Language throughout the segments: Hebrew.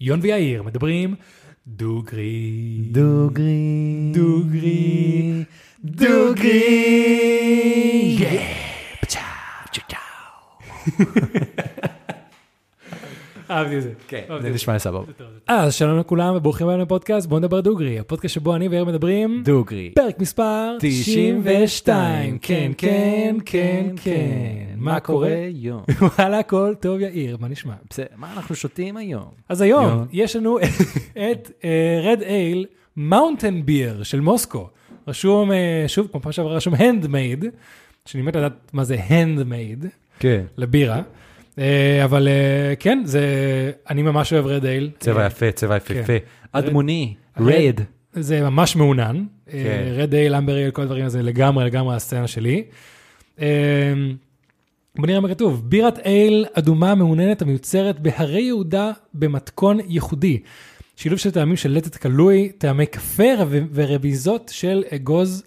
יון ויאיר מדברים דוגרי. דוגרי. דוגרי. דוגרי. Yeah. פצ'או, צ'צ'או. אהבתי את זה. כן, אהבתי זה את נשמע סבבה. זה טוב, זה טוב. אז שלום לכולם וברוכים היום לפודקאסט בוא נדבר דוגרי, הפודקאסט שבו אני ויאיר מדברים דוגרי. פרק מספר 92, כן, כן, כן, כן. מה קורה? היום? וואלה, הכל טוב, יאיר, מה נשמע? בסדר, מה אנחנו שותים היום? אז היום יום. יש לנו את אה, רד אייל מאונטן ביר של מוסקו. רשום, אה, שוב, כמו פעם שעברה רשום הנדמייד, שאני מת לדעת מה זה הנדמייד כן. לבירה. אה, אבל אה, כן, זה, אני ממש אוהב אה, רד אייל. צבע יפה, צבע יפהפה. כן. אדמוני, רד. רד. זה ממש מעונן. אה, כן. רד אייל, אמבר אייל, כל הדברים הזה לגמרי, לגמרי הסצנה שלי. אה, בוא נראה מה כתוב. בירת אייל אדומה מעוננת המיוצרת בהרי יהודה במתכון ייחודי. שילוב של טעמים של לטת קלוי, טעמי קפה ו- ורביזות של אגוז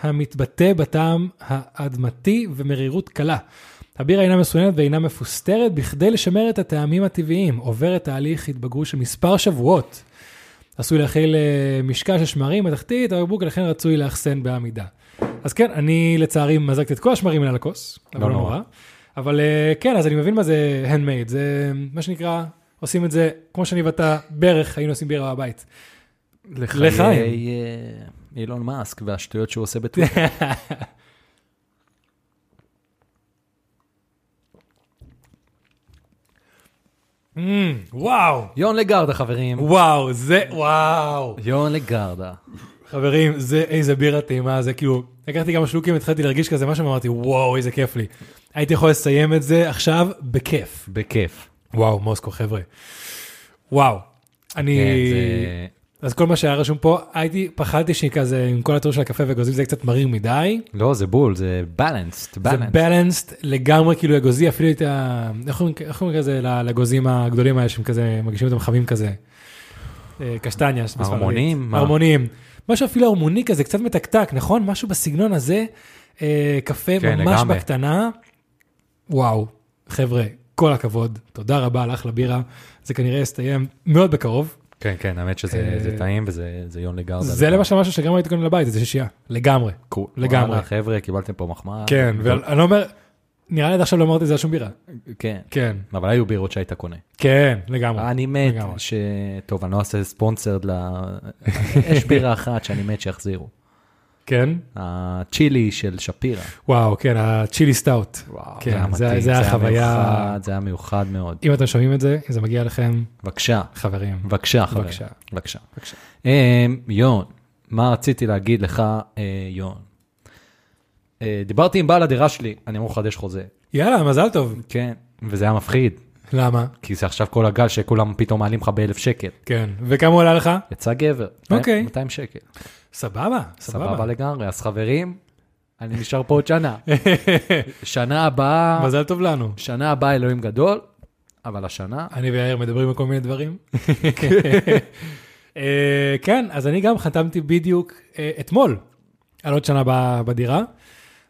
המתבטא בטעם האדמתי ומרירות קלה. הבירה אינה מסוננת ואינה מפוסטרת בכדי לשמר את הטעמים הטבעיים. עוברת תהליך התבגרות של מספר שבועות. עשוי להכיל אה, משקע של שמרים בתחתית הבקבוק, ולכן רצוי לאחסן בעמידה. אז כן, אני לצערי מזגתי את כל השמרים האלה לכוס, אבל לא לא נורא. נורא. אבל אה, כן, אז אני מבין מה זה handmade, זה מה שנקרא, עושים את זה כמו שאני ואתה בערך היינו עושים בירה בבית. לחיים. לחיי אה, אילון מאסק והשטויות שהוא עושה בטוויטר. Mm, וואו, יון לגרדה, חברים. וואו, זה וואו. יון לגרדה. חברים, זה איזה בירה טעימה, זה כאילו, לקחתי כמה שלוקים, התחלתי להרגיש כזה משהו, ואמרתי, וואו, איזה כיף לי. הייתי יכול לסיים את זה עכשיו בכיף. בכיף. וואו, מוסקו, חבר'ה. וואו. אני... כן, אה, זה- אז כל מה שהיה רשום פה, הייתי, פחדתי שכזה, עם כל הטור של הקפה ואגוזים זה קצת מריר מדי. לא, זה בול, זה בלנסט, זה בלנסט. בלנסט לגמרי, כאילו אגוזי, אפילו את ה... איך קוראים- איך קוראים כזה לאגוזים הגדולים האלה, שהם כזה, מגישים אותם חמים כזה. אה, קשטניה בספרדית. ערמונים? מה? ערמונים. משהו אפילו ערמוני כזה, קצת מתקתק, נכון? משהו בסגנון הזה, אה, קפה כן, ממש לגמרי. בקטנה. וואו, חבר'ה, כל הכבוד, תודה רבה לך לבירה, זה כנראה יסתיים מאוד בקרוב. כן, כן, האמת שזה אה, זה טעים וזה זה יון לגרדה. זה למשל משהו שגם הייתי קונה לבית, זה שישייה, לגמרי. קו- לגמרי. וואלה, חבר'ה, קיבלתם פה מחמאה. כן, ואני לא אומר, נראה לי עד עכשיו לא אמרתי את זה על שום בירה. כן. כן. אבל היו בירות שהיית קונה. כן, לגמרי. אני מת לגמרי. ש... טוב, אני לא אעשה ספונסרד ל... יש בירה אחת שאני מת שיחזירו. כן? הצ'ילי של שפירא. וואו, כן, הצ'ילי סטאוט. וואו, כן, זה- זה היה חוויה- מיוחד, זה היה מיוחד מאוד. אם אתם שומעים את זה, אם זה מגיע לכם, בבקשה, חברים. בבקשה, חבר. בבקשה. בבקשה. בבקשה. אה, יון, מה רציתי להגיד לך, אה, יון? אה, דיברתי עם בעל הדירה שלי, אני אמור לחדש חוזה. יאללה, מזל טוב. כן. וזה היה מפחיד, למה? כי זה עכשיו כל הגל שכולם פתאום מעלים לך באלף שקל. כן. וכמה עולה לך? יצא גבר, אוקיי. 200 שקל. סבבה, סבבה סבבה. לגמרי, אז חברים, אני נשאר פה עוד שנה. שנה הבאה, מזל טוב לנו. שנה הבאה אלוהים גדול, אבל השנה, אני ויאיר מדברים על כל מיני דברים. אה, כן, אז אני גם חתמתי בדיוק אה, אתמול על עוד שנה ב- בדירה.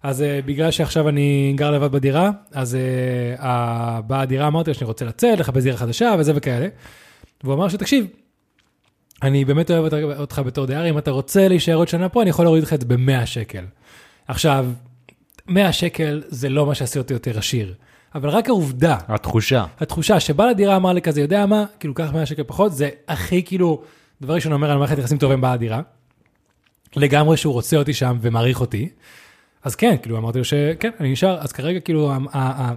אז אה, בגלל שעכשיו אני גר לבד בדירה, אז אה, ה- באה הדירה, אמרתי לו שאני רוצה לצאת, לחפש דירה חדשה וזה וכאלה. והוא אמר שתקשיב, אני באמת אוהב אותך- אותך בתור דייר, אם אתה רוצה להישאר עוד שנה פה, אני יכול להוריד לך את זה ב-100 שקל. עכשיו, 100 שקל זה לא מה שעשי אותי יותר עשיר, אבל רק העובדה התחושה. התחושה שבעל הדירה אמר לי כזה, יודע מה, כאילו, קח 100 שקל פחות, זה הכי כאילו, דבר ראשון אומר על מערכת יחסים טובה עם בעל הדירה. לגמרי שהוא רוצה אותי שם ומעריך אותי. אז כן, כאילו, אמרתי לו שכן, אני נשאר, אז כרגע כאילו, ה- ה- ה-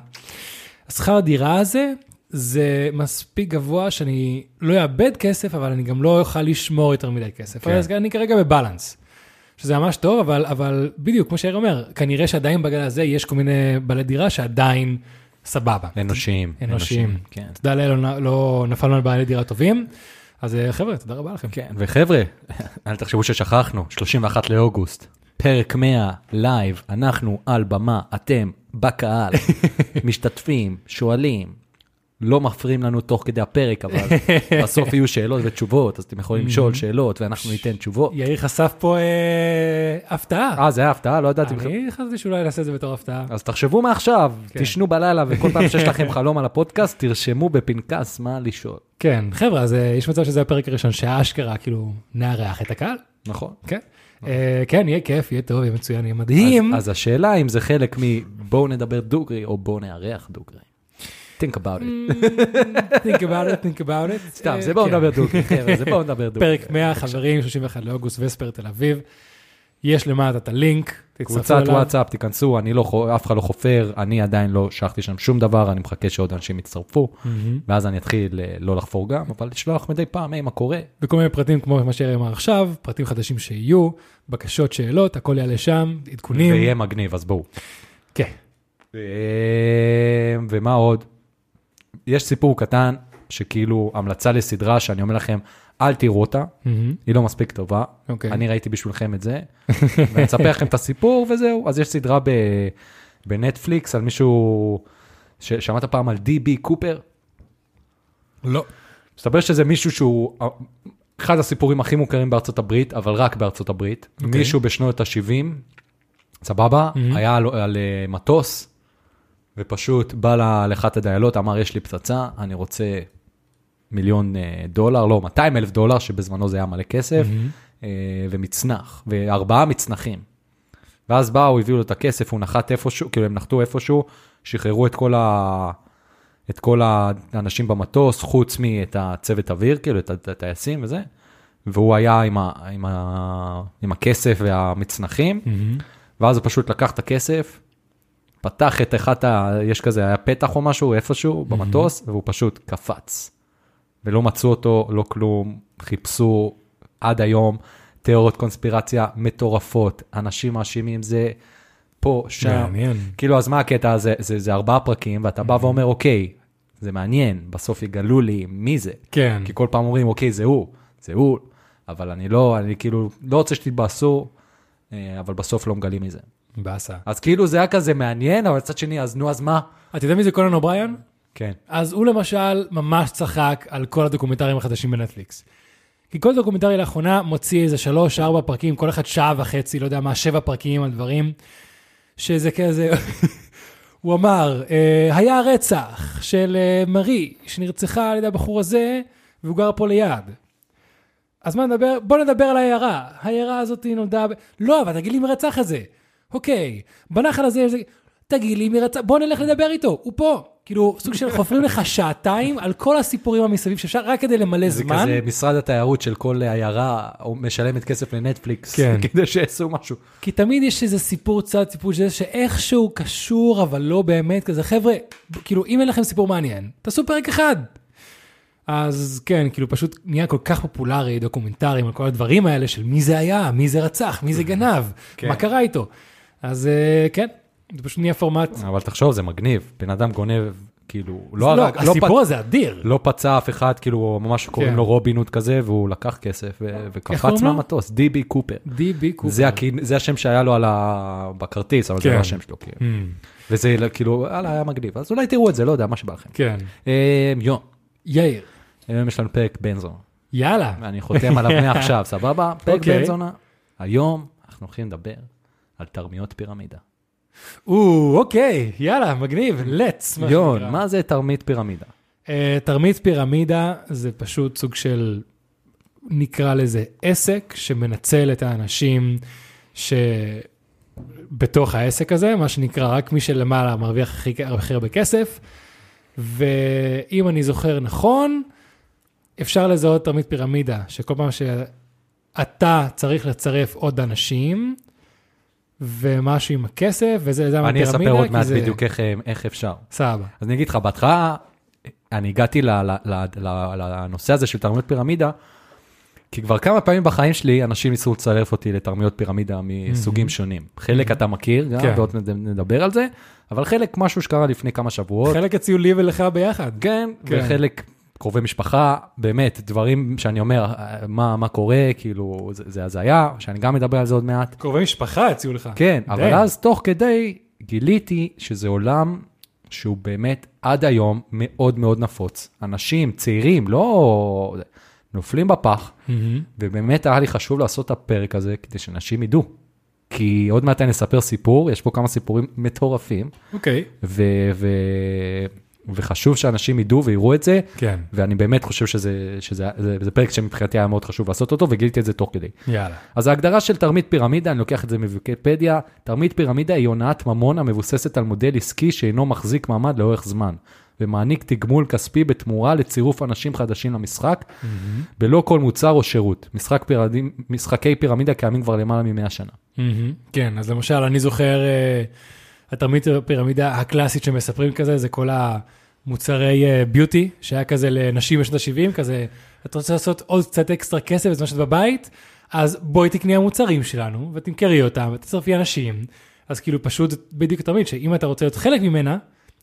השכר דירה הזה, זה מספיק גבוה שאני לא אאבד כסף, אבל אני גם לא אוכל לשמור יותר מדי כסף. כן. כן. אז אני כרגע בבלנס. שזה ממש טוב, אבל, אבל בדיוק, כמו שאיר אומר, כנראה שעדיין בגל הזה יש כל מיני בעלי דירה שעדיין סבבה. אה, אנושיים. אנושיים. כן. תודה לאל, לא- לא נפלנו על בעלי דירה טובים. אז אה, חבר'ה, תודה רבה לכם. כן, וחבר'ה, אל תחשבו ששכחנו, 31 לאוגוסט, פרק 100, לייב, אנחנו על במה, אתם בקהל, משתתפים, שואלים, לא מפריעים לנו תוך כדי הפרק, אבל בסוף יהיו שאלות ותשובות, אז אתם יכולים לשאול שאלות ואנחנו ניתן תשובות. יאיר חשף פה אה, הפתעה. אה, זה היה הפתעה? לא ידעתי בכלל. אני חשבתי שאולי נעשה את זה בתור הפתעה. אז תחשבו מעכשיו, כן. תשנו בלילה, וכל פעם שיש לכם חלום על הפודקאסט, תרשמו בפנקס מה לשאול. כן, חבר'ה, אז אה, יש מצב שזה הפרק הראשון שאשכרה, כאילו, נארח את הקהל. נכון. כן. אה, כן, יהיה כיף, יהיה טוב, יהיה מצוין, יהיה מדהים. אז, אז השאלה אם זה חלק מבואו נדבר דוגרי, או בואו נארח דוגרי. think about it. Mm, think about it, think about it. סתם, אה, זה בואו כן. נדבר דוגרי, חבר'ה, זה בואו נדבר דוגרי. פרק 100, חברים, 31 לאוגוסט, וספר תל אביב. יש למטה את הלינק, תצטרפו קבוצת אליו. וואטסאפ, תיכנסו, אני לא, חו- אף אחד לא חופר, אני עדיין לא שלחתי שם שום דבר, אני מחכה שעוד אנשים יצטרפו, Mm-hmm. ואז אני אתחיל אה, לא לחפור גם, אבל לשלוח מדי פעם, היי, מה קורה? וכל מיני פרטים כמו מה שירי אמר עכשיו, פרטים חדשים שיהיו, בקשות, שאלות, הכל יעלה שם, עדכונים. ויהיה מגניב, אז בואו. כן. אה, ומה עוד? יש סיפור קטן, שכאילו המלצה לסדרה שאני אומר לכם, אל תראו אותה, מהמם. היא לא מספיק טובה. אוקיי. אני ראיתי בשבילכם את זה, ואני אספר לכם את הסיפור וזהו. אז יש סדרה ב... בנטפליקס על מישהו, ש... שמעת פעם על די בי קופר? לא. מסתבר שזה מישהו שהוא אה, אחד הסיפורים הכי מוכרים בארצות הברית, אבל רק בארצות הברית. Okay. אוקיי. מישהו בשנות ה-70, סבבה, mm-hmm. היה על, על אה, מטוס, ופשוט בא ל- לאחת הדיילות, אמר, יש לי פצצה, אני רוצה מיליון אה, דולר, לא, 200 אלף דולר, שבזמנו זה היה מלא כסף, mm-hmm. ומצנח, וארבעה מצנחים. ואז באו, הביאו לו את הכסף, הוא נחת איפשהו, כאילו הם נחתו איפשהו, שחררו את כל, ה... את כל האנשים במטוס, חוץ מאת הצוות אוויר, כאילו, את הט- הטייסים וזה, והוא היה עם, ה... עם, ה... עם הכסף והמצנחים, ואז הוא פשוט לקח את הכסף, פתח את אחת ה... יש כזה, היה פתח או משהו, איפשהו, במטוס, והוא פשוט קפץ. ולא מצאו אותו, לא כלום, חיפשו עד היום תיאוריות קונספירציה מטורפות, אנשים מאשימים זה פה, שם. מעניין. כאילו, אז מה הקטע הזה? זה, זה ארבעה פרקים, ואתה בא ואומר, אוקיי, זה מעניין, בסוף יגלו לי מי זה. כן. כי כל פעם אומרים, אוקיי, זה הוא, זה הוא, אבל אני לא, אני כאילו, לא רוצה שתתבאסו, אה, אבל בסוף לא מגלים מזה. באסה. אז כאילו זה היה כזה מעניין, אבל מצד שני, אז נו, אז מה? אה, אתה יודע מי זה קולן אובריאן? כן. אז הוא למשל ממש צחק על כל הדוקומנטרים החדשים בנטפליקס. כי כל דוקומנטרי לאחרונה מוציא איזה שלוש, ארבע פרקים, כל אחד שעה וחצי, לא יודע מה, שבע פרקים על דברים, שזה כזה... הוא אמר, "אה, היה רצח של אה, מרי, שנרצחה על ידי הבחור הזה, והוא גר פה ליד. אז מה נדבר? בוא נדבר על העיירה. העיירה הזאת נולדה... ב... לא, אבל תגיד לי מי רצח את זה. אוקיי, בנחל הזה יש... תגיד לי מי רצח... בוא נלך לדבר איתו, הוא פה. כאילו, סוג של חופרים לך שעתיים על כל הסיפורים המסביב שאפשר, רק כדי למלא זה זמן. כזה משרד התיירות של כל עיירה או משלמת כסף לנטפליקס, כן. כדי שיעשו משהו. כי תמיד יש איזה סיפור צד, סיפור שזה שאיכשהו קשור, אבל לא באמת כזה. חבר'ה, כאילו, אם אין לכם סיפור מעניין, תעשו פרק אחד. אז כן, כאילו, פשוט נהיה כל כך פופולרי דוקומנטרים על כל הדברים האלה של מי זה היה, מי זה רצח, מי זה גנב, כן. מה קרה איתו. אז אה, כן, זה פשוט נהיה פורמט. אבל תחשוב, זה מגניב, בן אדם גונב, כאילו, לא לא, הרג, לא פצע- הסיפור הזה אדיר. לא פצע אף אחד, כאילו, ממש קוראים כן. לו רובין הוד כזה, והוא לקח כסף ו- וקפץ קוראים לו? מהמטוס, די.בי קופר. די בי קופר. לא- זה הכי- זה השם שהיה לו על ה... בכרטיס, אבל כן. זה Mm. לא השם שלו, כאילו. וזה כאילו, וואלה, היה מגניב. אז אולי תראו את זה, לא יודע, מה שבא לכם. כן. אה, יום, יאיר, היום יש לנו פרק בן זונה. יאללה. אני חותם עליו מעכשיו, סבבה? פרק אוקיי. בן זונה. היום אנחנו הולכים לדבר על תרמיות פירמידה. או, אוקיי, יאללה, מגניב, לץ. מה יון, שנקרא. מה זה תרמית פירמידה? אה, תרמית פירמידה זה פשוט סוג של, נקרא לזה עסק שמנצל את האנשים שבתוך העסק הזה, מה שנקרא רק מי שלמעלה מרוויח הכי הכי הרבה כסף. ואם אני זוכר נכון, אפשר לזהות תרמית פירמידה, שכל פעם שאתה צריך לצרף עוד אנשים, ומשהו עם הכסף, וזה זה אני הפירמידה, אספר עוד כי מעט זה- בדיוק איך, אה, איך אפשר. סבבה. אז אני אגיד לך, בהתחלה, אני הגעתי ל- ל- ל- ל- לנושא הזה של תרמיות פירמידה, כי כבר כמה פעמים בחיים שלי אנשים ניסו לצרף אותי לתרמיות פירמידה מסוגים שונים. חלק אתה מכיר, גם, כן. ועוד נד- נדבר על זה, אבל חלק משהו שקרה לפני כמה שבועות. חלק הציעו לי ולך ביחד. כן, כן. וחלק קרובי משפחה, באמת, דברים שאני אומר, אה, מה, מה קורה, כאילו, זה- זה הזיה, שאני גם מדבר על זה עוד מעט. קרובי משפחה הציעו לך. כן, אבל די. אז תוך כדי גיליתי שזה עולם שהוא באמת עד היום מאוד מאוד נפוץ. אנשים צעירים, לא... נופלים בפח, מהמם. ובאמת היה לי חשוב לעשות את הפרק הזה כדי שאנשים ידעו. כי עוד מעט אני אספר סיפור, יש פה כמה סיפורים מטורפים, אוקיי. ו... ו... וחשוב שאנשים ידעו ויראו את זה, כן. ואני באמת חושב שזה, שזה זה, זה פרק שמבחינתי היה מאוד חשוב לעשות אותו, וגיליתי את זה תוך כדי. יאללה. אז ההגדרה של תרמית פירמידה, אני לוקח את זה מוויקיפדיה, תרמית פירמידה היא הונאת ממון המבוססת על מודל עסקי שאינו מחזיק מעמד לאורך זמן, ומעניק תגמול כספי בתמורה לצירוף אנשים חדשים למשחק, בלא כל מוצר או שירות. משחק פירמיד, משחקי פירמידה קיימים כבר למעלה מ-100 שנה. מהמם. כן, אז למשל, אני זוכר, אה, התרמית הפירמידה הקלאסית שמספרים כזה, זה כל המוצרי אה, ביוטי, שהיה כזה לנשים בשנות ה-70, כזה, את רוצה לעשות עוד קצת אקסטרה כסף בזמן שאת בבית, אז בואי תקני המוצרים שלנו, ותמכרי אותם, ותצרפי אנשים. אז כאילו פשוט, זה בדיוק התרמית, שאם אתה רוצה להיות חלק ממנה,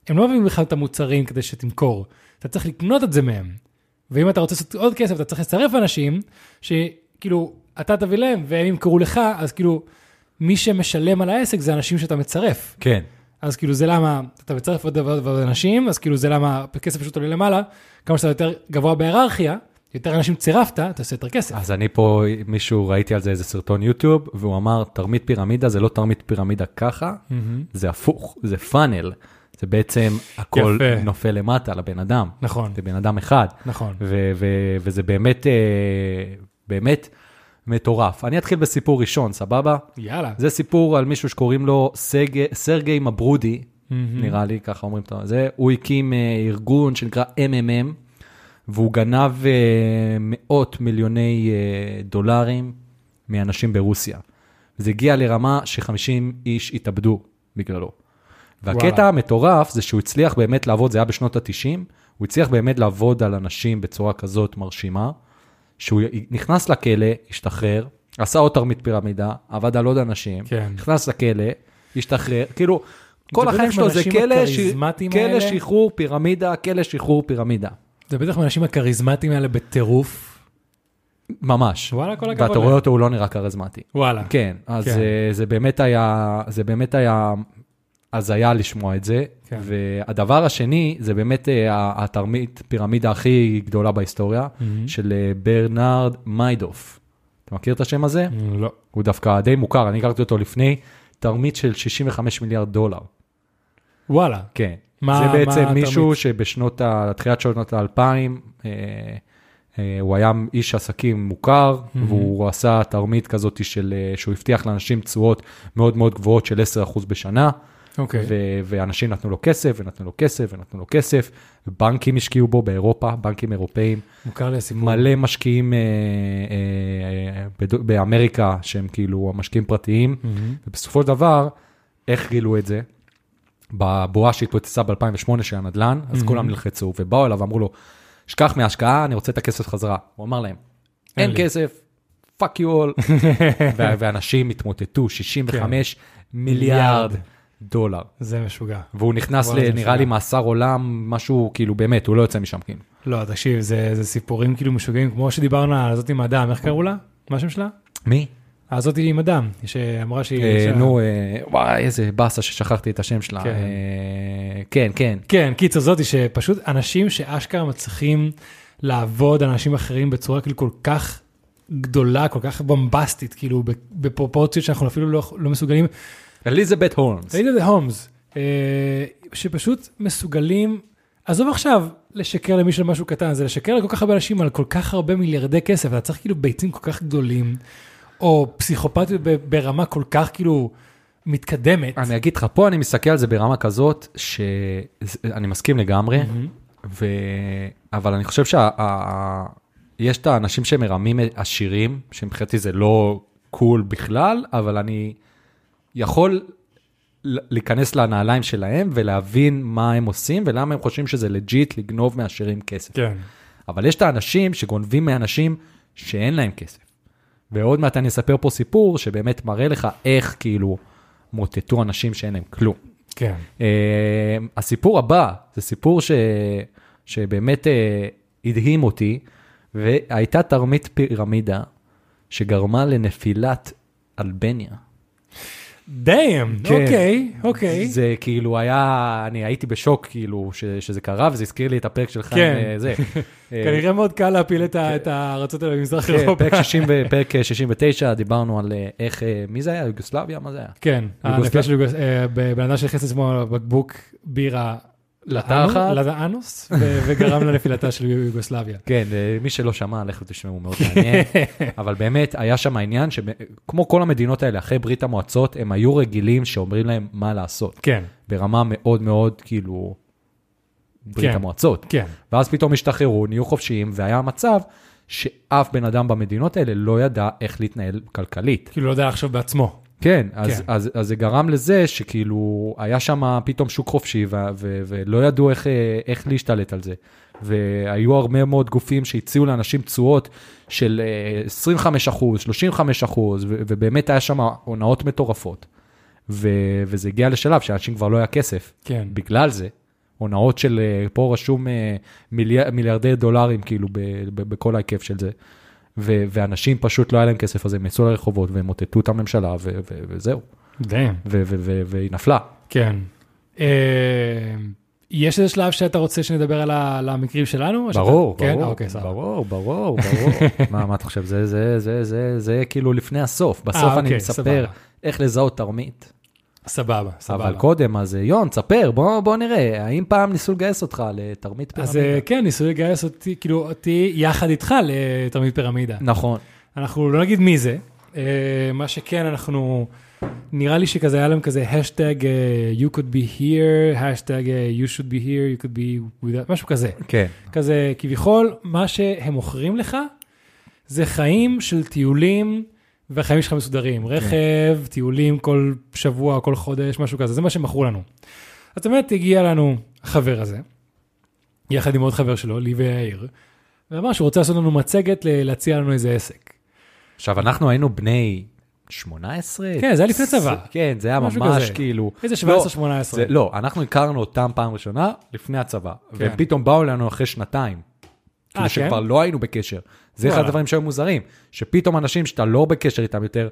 הם לא מביאים לך את המוצרים כדי שתמכור, אתה צריך לקנות את זה מהם. ואם אתה רוצה לעשות עוד כסף, אתה צריך לצרף אנשים, שכאילו, אתה תביא להם, והם ימכרו לך, אז כאילו, מי שמשלם על העסק זה אנשים שאתה מצרף. כן. אז כאילו זה למה אתה מצרף עוד ועוד ועוד אנשים, אז כאילו זה למה הכסף פשוט עולה למעלה, כמה שאתה יותר גבוה בהיררכיה, יותר אנשים צירפת, אתה עושה יותר כסף. אז אני פה, מישהו, ראיתי על זה איזה סרטון יוטיוב, והוא אמר, תרמית פירמידה זה לא תרמית פירמידה ככה, זה הפוך, זה פאנל. זה בעצם הכל יפה. נופל למטה לבן אדם. נכון, לבן אדם אחד. נכון. ו- ו- וזה באמת, אה, באמת מטורף. אני אתחיל בסיפור ראשון, סבבה? יאללה. זה סיפור על מישהו שקוראים לו סג... סרגי מברודי, מהמם. נראה לי, ככה אומרים את זה. הוא הקים אה, ארגון שנקרא MMM, והוא גנב אה, מאות מיליוני אה, דולרים מאנשים ברוסיה. זה הגיע לרמה ש-50 איש התאבדו בגללו. והקטע וואלה. המטורף זה שהוא הצליח באמת לעבוד, זה היה בשנות ה-90, הוא הצליח באמת לעבוד על אנשים בצורה כזאת מרשימה, שהוא נכנס לכלא, השתחרר, עשה עוד תרמית פירמידה, עבד על עוד אנשים, כן. נכנס לכלא, השתחרר, כאילו, כל בטח החיים שלו זה מהאנשים כלא, ש... הכריזמטיים כלא האלה. שחרור פירמידה, כלא שחרור פירמידה. זה בטח מהאנשים הכריזמטיים האלה בטירוף. ממש. וואלה, כל הכבוד ואתה להם. רואה אותו, הוא לא נראה כריזמטי. וואלה. כן, אז כן. כן. זה באמת היה, זה באמת היה הזיה לשמוע את זה. כן. כן. והדבר השני, זה באמת אה, התרמית, פירמידה הכי גדולה בהיסטוריה, mm-hmm. של אה, ברנרד מיידוף. אתה מכיר את השם הזה? Mm, לא. הוא דווקא די מוכר, אני הכרתי אותו לפני, תרמית של 65 מיליארד דולר. וואלה. כן. מה- זה בעצם מה מישהו התרמית? שבשנות, ה- תחילת שנות ה-2000, אה, אה, הוא היה איש עסקים מוכר, והוא עשה תרמית כזאת של, אה, שהוא הבטיח לאנשים תשואות מאוד מאוד גבוהות של 10% בשנה, אוקיי. ו- ואנשים נתנו לו כסף, ונתנו לו כסף, ונתנו לו כסף, בנקים השקיעו בו באירופה, בנקים אירופאים. מוכר לי הסיפור. מלא משקיעים אה, אה, בד- באמריקה שהם כאילו המשקיעים פרטיים, ובסופו של דבר, איך גילו את זה? בבועה שהתפוצצה ב-2008 של הנדל"ן, אז כולם נלחצו ובאו אליו ואמרו לו, שכח מההשקעה, אני רוצה את הכסף חזרה. הוא אמר להם, אין לי." כסף, פאק יו אול. ואנשים התמוטטו, 65 כן. מיליארד מיליארד. דולר. זה משוגע. והוא נכנס, וואלה, ל- זה נראה משוגע. לי, מאסר עולם, משהו, כאילו, באמת, הוא לא יוצא משם, כאילו. לא, תקשיב, זה זה סיפורים כאילו משוגעים, כמו שדיברנו על הזאת עם אדם, איך קראו לה? מה השם שלה? מי? הזאת עם אדם, שאמרה שהיא... אה, אישה- נו, אה, וואי, איזה באסה ששכחתי את השם שלה. כאילו, כן. אה, כן, כן. כן, קיצר זאתי שפשוט אנשים שאשכרה מצליחים לעבוד על אנשים אחרים בצורה כאילו כל כך גדולה, כל כך במבסטית, כאילו בפרופורציות שאנחנו אפילו לא, לא מסוגלים. אליזבת הורנס. ראית את זה הומס, אה, שפשוט מסוגלים, עזוב עכשיו לשקר למישהו על משהו קטן, זה לשקר לכל כך הרבה אנשים על כל כך הרבה מיליארדי כסף, אתה צריך כאילו ביצים כל כך גדולים, או פסיכופתיות ב- ברמה כל כך כאילו מתקדמת. אני אגיד לך, פה אני מסתכל על זה ברמה כזאת, שאני מסכים לגמרי, ו... אבל אני חושב שיש את האנשים שמרמים עשירים, שמבחינתי זה לא קול בכלל, אבל אני יכול ל- להיכנס לנעליים שלהם ולהבין מה הם עושים ולמה הם חושבים שזה לג'יט לגנוב מעשירים כסף. כן. אבל יש את האנשים שגונבים מאנשים שאין להם כסף. ועוד מעט אני אספר פה סיפור שבאמת מראה לך איך כאילו מוטטו אנשים שאין להם כלום. כן. Uh, הסיפור הבא זה סיפור ש... שבאמת uh, הדהים אותי, והייתה תרמית פירמידה שגרמה לנפילת אלבניה. דאם, כן. אוקיי, אוקיי. זה כאילו היה, אני הייתי בשוק כאילו ש, שזה קרה, וזה הזכיר לי את הפרק שלך כן. עם אה, זה. אה, כנראה מאוד קל להפיל את ה- את הארצות האלה במזרח כן, אירופה. פרק 60 ו- פרק, אה, 69, דיברנו על אה, איך, אה, מי זה היה? יוגוסלביה? מה זה היה? כן, יוגוסלב- הנפילה של יוגוס... אה, בן אדם שהכניס לעצמו בקבוק בירה לתחת. לאנוס, ו- וגרם לנפילתה של יוגוסלביה. כן, אה, מי שלא שמע, לכו תשמעו, מאוד מעניין. אבל באמת, היה שם העניין שכמו כל המדינות האלה, אחרי ברית המועצות, הם היו רגילים שאומרים להם מה לעשות. כן, ברמה מאוד מאוד, כאילו, ברית כן. המועצות. כן. ואז פתאום השתחררו, נהיו חופשיים, והיה מצב שאף בן אדם במדינות האלה לא ידע איך להתנהל כלכלית. כאילו לא יודע לחשוב בעצמו. כן, אז, כן. אז, אז זה גרם לזה שכאילו היה שם פתאום שוק חופשי ו, ו, ולא ידעו איך, אה, איך להשתלט על זה. והיו הרבה מאוד גופים שהציעו לאנשים תשואות של אה, 25 אחוז, 35 אחוז, ו, ובאמת היה שם הונאות מטורפות. ו, וזה הגיע לשלב שאנשים כבר לא היה כסף. כן. בגלל זה, הונאות של, אה, פה רשום אה, מיליאר, מיליארדי דולרים, כאילו, ב, ב, בכל ההיקף של זה. ו, ואנשים פשוט לא היה להם כסף, אז הם יצאו לרחובות והם מוטטו את הממשלה, ו, ו, וזהו. דאם. ו, ו, ו, והיא נפלה. כן. אה, יש איזה שלב שאתה רוצה שנדבר על ה- על המקרים שלנו? או שאתה- ברור, כן? ברור, אוקיי, סבבה. ברור, ברור, ברור. מה, מה אתה חושב? זה, זה, זה, זה, זה כאילו לפני הסוף. בסוף אה, אני אוקיי, מספר סבבה. איך לזהות תרמית. סבבה, סבבה. אבל קודם, אז אה, יון, תספר, בוא, בוא נראה, האם פעם ניסו לגייס אותך לתרמית פירמידה? אז אה, כן, ניסו לגייס אותי, כאילו אותי יחד איתך לתרמית פירמידה. נכון. אנחנו לא נגיד מי זה, אה, מה שכן אנחנו, נראה לי שכזה היה להם כזה השטג you could be here, השטג you should be here, you could be without, משהו כזה. כן. כזה כביכול, מה שהם מוכרים לך זה חיים של טיולים. והחיים שלך מסודרים, רכב, טיולים כל שבוע, כל חודש, משהו כזה, זה מה שמכרו לנו. אז באמת הגיע לנו החבר הזה, יחד עם עוד חבר שלו, לי ויאיר, ואמר שהוא רוצה לעשות לנו מצגת, ל- להציע לנו איזה עסק. עכשיו, אנחנו היינו בני 18? כן, זה היה לפני צבא. כן, זה היה משהו ממש כזה. כאילו... איזה לא, 17-18. זה- לא, אנחנו הכרנו אותם פעם ראשונה לפני הצבא, כן. והם פתאום באו אלינו אחרי שנתיים. כאילו שכבר לא היינו בקשר. זה אחד אה, וואלה. הדברים שהיו מוזרים, שפתאום אנשים שאתה לא בקשר איתם יותר,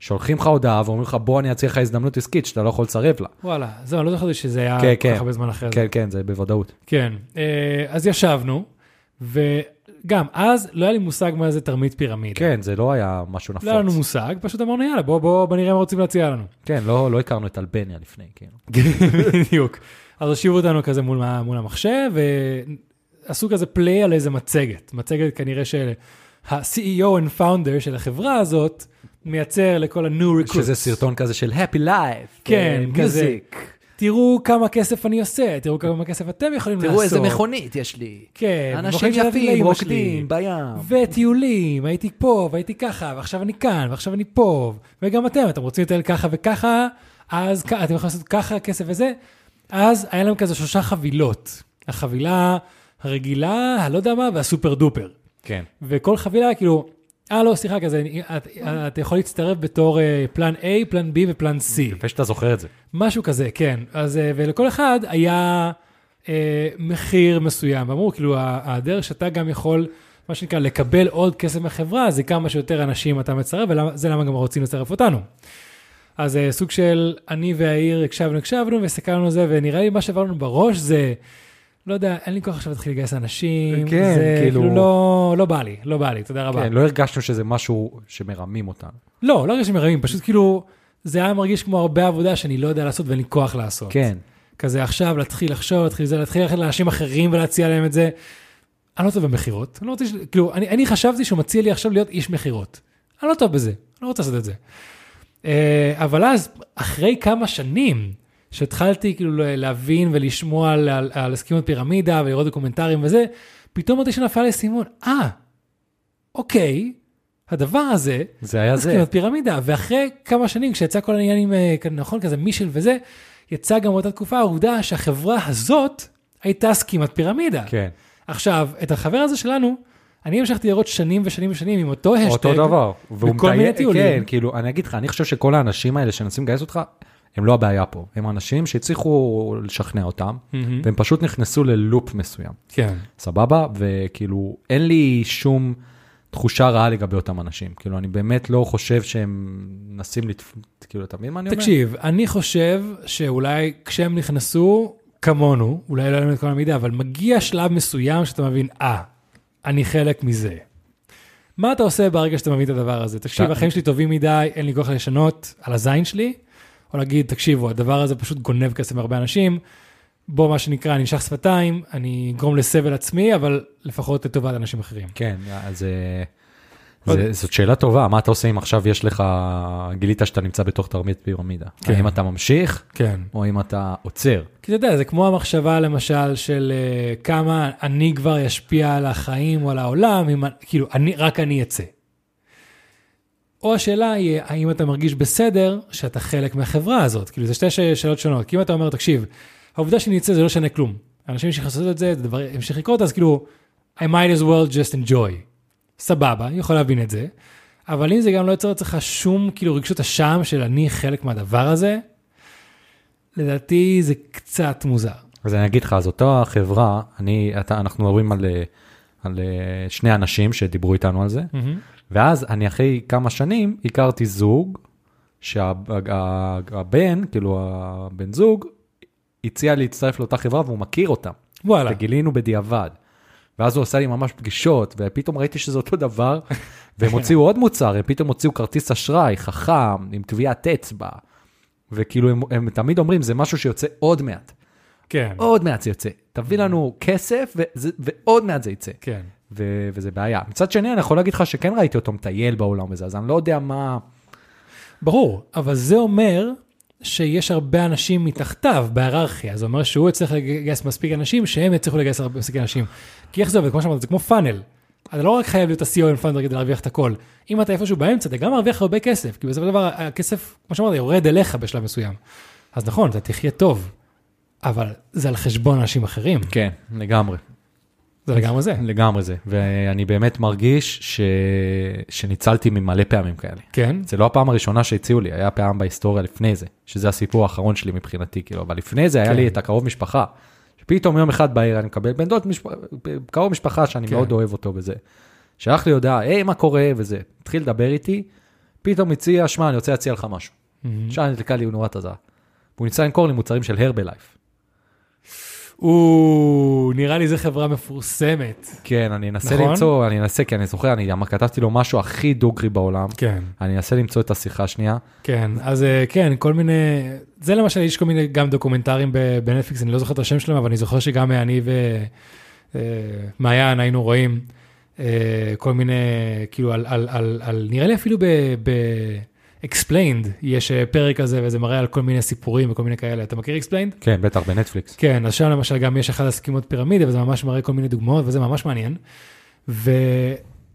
שולחים לך הודעה ואומרים לך, בוא אני אציע לך הזדמנות עסקית שאתה לא יכול לסרב לה. וואלה, זהו, אני לא זוכר שזה היה כן, כל כן. כך הרבה זמן אחרי זה. כן, כן, זה בוודאות. כן. אה, אז ישבנו, וגם אז לא היה לי מושג מה זה תרמית פירמידה. כן, זה לא היה משהו לא היה לנו נפוץ. מושג, פשוט אמרנו, יאללה, בוא, בוא, בוא נראה מה רוצים להציע לנו. כן, לא לא הכרנו את אלבניה לפני, כאילו. בדיוק. אז הושיבו אותנו כזה מול, מה- מול המחשב, ועשו כזה פליי על איזה מצגת. מצגת כנראה של ה-CEO and founder של החברה הזאת, מייצר לכל ה-new recruits. שזה סרטון כזה של Happy Life, כן, אה, כזה. music, תראו כמה כסף אני עושה, תראו כמה כסף אתם יכולים לעשות. מכונית יש לי. כן, במכונית של הגילאים שלי. בים. וטיולים, הייתי פה והייתי ככה, ועכשיו אני כאן, ועכשיו אני פה, וגם אתם, אתם רוצים לטייל ככה וככה, אז כ- אתם יכולים לעשות ככה, כסף וזה. אז היה להם כזה שלושה חבילות, החבילה הרגילה, הלא יודע מה, והסופר דופר. כן. וכל חבילה כאילו, אה לא, סליחה, כזה, אתה את יכול להצטרף בתור אה, פלן A, פלן B ופלן C. יפה שאתה זוכר את זה. משהו כזה, כן. אז, אה, ולכל אחד היה אה, מחיר מסוים. אמרו, כאילו, ה- הדרך שאתה גם יכול, מה שנקרא, לקבל עוד כסף מהחברה, זה כמה שיותר אנשים אתה מצרף, וזה למה גם רוצים לצרף אותנו. אז אה, סוג של אני והעיר הקשבנו, הקשבנו, והסתכלנו על זה, ונראה לי מה שעבר לנו בראש זה, לא יודע, אין לי כוח עכשיו להתחיל לגייס אנשים. כן, זה, כאילו- כאילו לא, לא בא לי, לא בא לי, תודה רבה. כן, לא הרגשנו שזה משהו שמרמים אותנו. לא, לא הרגשתי מרמים, פשוט כאילו, זה היה מרגיש כמו הרבה עבודה שאני לא יודע לעשות ואין לי כוח לעשות. כן. כזה עכשיו להתחיל לחשוב, להתחיל זה, להתחיל ללכת לאנשים אחרים ולהציע להם את זה. אני לא טוב במכירות, אני לא רוצה, ש- כאילו, אני, אני חשבתי שהוא מציע לי עכשיו להיות איש מכירות. אני לא טוב בזה, אני לא רוצה לעשות את זה. אה, אבל אז, אחרי כמה שנים שהתחלתי כאילו ל- להבין ולשמוע על, על, על הסכימות פירמידה ולראות דוקומנטרים וזה, פתאום אמרתי שנפל לי סימון, אה, אוקיי, הדבר הזה, זה היה זה. הסכימת פירמידה, כאילו, ואחרי כמה שנים, כשיצא כל העניין עם, אה, כ- נכון, כזה מישל וזה, יצא גם באותה תקופה העובדה שהחברה הזאת הייתה סכימת פירמידה. כן. עכשיו, את החבר הזה שלנו, אני המשכתי לראות שנים ושנים ושנים עם אותו השטג. אותו דבר. והוא וכל מיני מטייל- טיולים. כן, כאילו, אני אגיד לך, אני חושב שכל האנשים האלה שמנסים לגייס אותך, הם לא הבעיה פה. הם אנשים שהצליחו לשכנע אותם, מהמם. והם פשוט נכנסו ללופ מסוים. כן. סבבה? וכאילו, אין לי שום תחושה רעה לגבי אותם אנשים. כאילו, אני באמת לא חושב שהם מנסים לתפ... כאילו, אתה מבין מה אני אומר? תקשיב, אני חושב שאולי כשהם נכנסו, כמונו, אולי לא היה להם את כל המידע, אבל מגיע שלב מסוים שאתה מבין, אה, אני חלק מזה. מה אתה עושה ברגע שאתה מבין את הדבר הזה? תקשיב, אתה- החיים שלי טובים מדי, אין לי כוח לשנות על הזין שלי, או להגיד, תקשיבו, הדבר הזה פשוט גונב כסף מהרבה אנשים, בוא, מה שנקרא, אני אשך שפתיים, אני אגרום לסבל עצמי, אבל לפחות לטובת אנשים אחרים. כן, אז... אה, זה, זאת שאלה טובה, מה אתה עושה אם עכשיו יש לך, גילית שאתה נמצא בתוך תרמית פירמידה? כן. כן. האם אתה ממשיך, כן. או אם אתה עוצר? כי אתה יודע, זה כמו המחשבה למשל של אה, כמה אני כבר ישפיע על החיים או על העולם, אם, כאילו, אני, רק אני אצא. או השאלה היא, האם אתה מרגיש בסדר שאתה חלק מהחברה הזאת? כאילו, זה שתי ש- שאלות שונות. כי אם אתה אומר, תקשיב, העובדה שאני אצא זה לא שנה כלום. אנשים שיחסו את זה, זה דבר ימשיך לקרות, אז כאילו, I might as well just enjoy. סבבה, אני יכול להבין את זה. אבל אם זה גם לא יוצר אצלך שום, כאילו, רגשות אשם של אני חלק מהדבר הזה, לדעתי זה קצת מוזר. אז אני אגיד לך, אז אותה חברה, אני, אתה, אנחנו מדברים על, אה, על אה, שני אנשים שדיברו איתנו על זה, כן. Mm-hmm. ואז אני אחרי כמה שנים הכרתי זוג, שהבן, כאילו הבן זוג, הציע להצטרף לאותה חברה והוא מכיר אותם, וואלה. וגילינו בדיעבד. ואז הוא עשה לי ממש פגישות, ופתאום ראיתי שזה אותו דבר, והם הוציאו עוד מוצר, הם פתאום הוציאו כרטיס אשראי חכם, עם טביעת אצבע, וכאילו הם, הם תמיד אומרים, זה משהו שיוצא עוד מעט. כן, עוד מעט זה יוצא. תביא לנו כסף וזה, ועוד מעט זה יצא. כן. ו, וזה בעיה. מצד שני, אני יכול להגיד לך שכן ראיתי אותו מטייל בעולם הזה, אז אני לא יודע מה... ברור, אבל זה אומר שיש הרבה אנשים מתחתיו בהיררכיה, זה אומר שהוא יצטרך לגייס מספיק אנשים, שהם יצליחו לגייס הרבה- מספיק אנשים. כי איך זה עובד? כמו שאמרת, זה כמו פאנל. אתה לא רק חייב להיות ה-CO עם פאנל כדי להרוויח את הכל. אם אתה איפשהו באמצע, אתה גם מרוויח הרבה כסף, כי בסופו של דבר הכסף, כמו שאמרת, יורד אליך בשלב מסוים. אז נכון, אתה תחיה טוב, אבל זה על חשבון אנשים אחרים. כן, לגמרי. זה לגמרי זה. לגמרי זה. ואני באמת מרגיש ש... שניצלתי ממלא פעמים כאלה. כן? זה לא הפעם הראשונה שהציעו לי, היה פעם בהיסטוריה לפני זה, שזה הסיפור האחרון שלי מבחינתי, כאילו, אבל לפני זה היה כן. לי את הקרוב משפחה. שפתאום יום אחד בעיר אני מקבל בן דוד, משפ... קרוב משפחה שאני כן. מאוד אוהב אותו וזה. שלח לי הודעה, היי, מה קורה וזה. התחיל לדבר איתי, פתאום הציע, שמע, אני רוצה להציע לך משהו. מהמם. שם נדלקה לי נורת הזהב. והוא ניסה למכור לי מוצרים של הרבלייף. או, נראה לי זו חברה מפורסמת. כן, אני אנסה נכון? למצוא, אני אנסה, כי אני זוכר, אני גם כתבתי לו משהו הכי דוגרי בעולם. כן. אני אנסה למצוא את השיחה שנייה. כן, אז אה, כן, כל מיני, זה למשל, יש כל מיני גם דוקומנטרים ב- בנטפליקס, אני לא זוכר את השם שלהם, אבל אני זוכר שגם אה, אני ומעיין היינו רואים אה, כל מיני, כאילו, על, על, על, על נראה לי אפילו ב-explained, יש אה, פרק כזה, וזה מראה על כל מיני סיפורים וכל מיני כאלה. אתה מכיר explained? כן, בטח, בנטפליקס. כן, אז שם למשל גם יש אחד הסכימות פירמידה, וזה ממש מראה כל מיני דוגמאות, וזה ממש מעניין.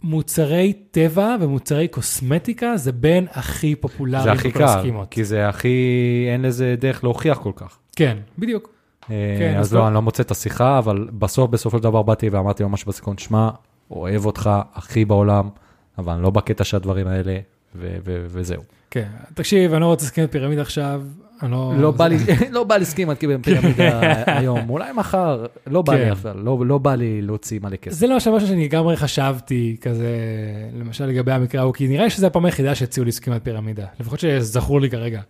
ומוצרי טבע ומוצרי קוסמטיקה זה בין הכי פופולריים זה הכי בכל קל, הסכימות. כי זה הכי, אין לזה דרך להוכיח כל כך. כן, בדיוק. אה, כן, אז אז לא- לא, אני לא מוצא את השיחה, אבל בסוף, בסופו של דבר באתי ואמרתי לו ממש בסיכון, שמע, אוהב אותך, הכי בעולם, אבל אני לא בקטע של הדברים האלה, ו- ו- וזהו. כן, תקשיב, אני לא רוצה להסכים לפירמידה עכשיו, אני לא... לא זה- בא לי, לא בא לי סכימת פירמידה היום, אולי מחר, לא בא כן. לי אבל, לא לא בא לי להוציא מלא כסף. זה למשל משהו שאני לגמרי חשבתי, כזה, למשל לגבי המקרה ההוא, כי נראה לי שזו הפעם היחידה שהציעו לי סכימת פירמידה, לפחות שזכור לי כרגע.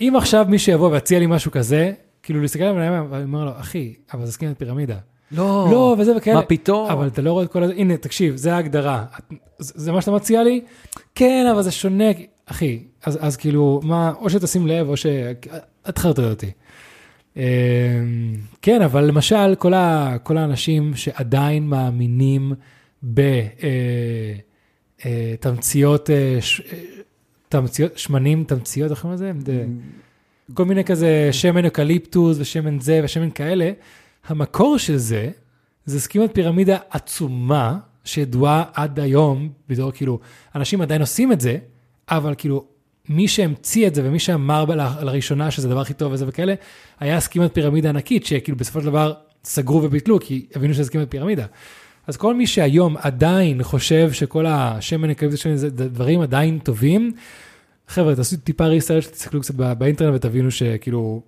אם עכשיו מישהו יבוא ויציע לי משהו כזה, כאילו להסתכל עליו ולהגיד, ואני אומר לו, אחי, אבל זה סכימת פירמידה. לא, לא, וזה וכאלה. מה פתאום? אבל אתה לא רואה את כל הזה, הנה, תקשיב, זה ההגדרה. את- זה זה מה שאתה מציע לי? כן, אבל זה שונה. כי- אחי, אז, אז כאילו, מה, או שתשים לב, או ש... את חרטט אותי. אמ, כן, אבל למשל, כל, ה, כל האנשים שעדיין מאמינים אה, בתמציות, אה, תמציות, שמנים, תמציות, איך קוראים לזה? ד- כל מיני כזה שמן אוקליפטוס ושמן זה ושמן כאלה, המקור של זה, זה סכימת פירמידה עצומה, שידועה עד היום, בתור כאילו, אנשים עדיין עושים את זה, אבל כאילו, מי שהמציא את זה ומי שאמר ב- ל- לראשונה שזה הדבר הכי טוב וזה וכאלה, היה סכימת פירמידה ענקית, שכאילו בסופו של דבר סגרו וביטלו, כי הבינו שזה סכימת פירמידה. אז כל מי שהיום עדיין חושב שכל השמן יקבל שמן זה דברים עדיין טובים, חבר'ה, תעשו טיפה ריסרצ', תסתכלו קצת בא- באינטרנט ותבינו שכאילו,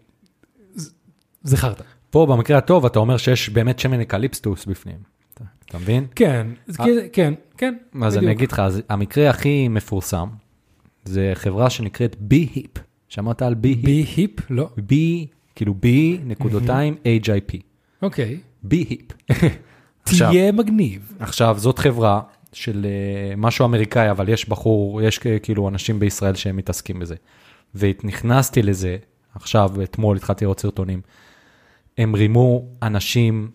זה- זה חרטא. פה במקרה הטוב אתה אומר שיש באמת שמן אקליפסטוס בפנים. אתה מבין? כן, זה אה. כאילו- כן, כן. אז אני בדיוק. אגיד לך, אז המקרה הכי מפורסם, זה חברה שנקראת בי-היפ. שמעת על בי-היפ? בי היפ? לא. בי, כאילו בי, נקודותיים, HIP. אוקיי. בי-היפ. עכשיו- תהיה מגניב. עכשיו, זאת חברה של אה, משהו אמריקאי, אבל יש בחור, יש כ- כאילו אנשים בישראל שהם מתעסקים בזה. ונכנסתי לזה, עכשיו, אתמול התחלתי לראות סרטונים. הם רימו אנשים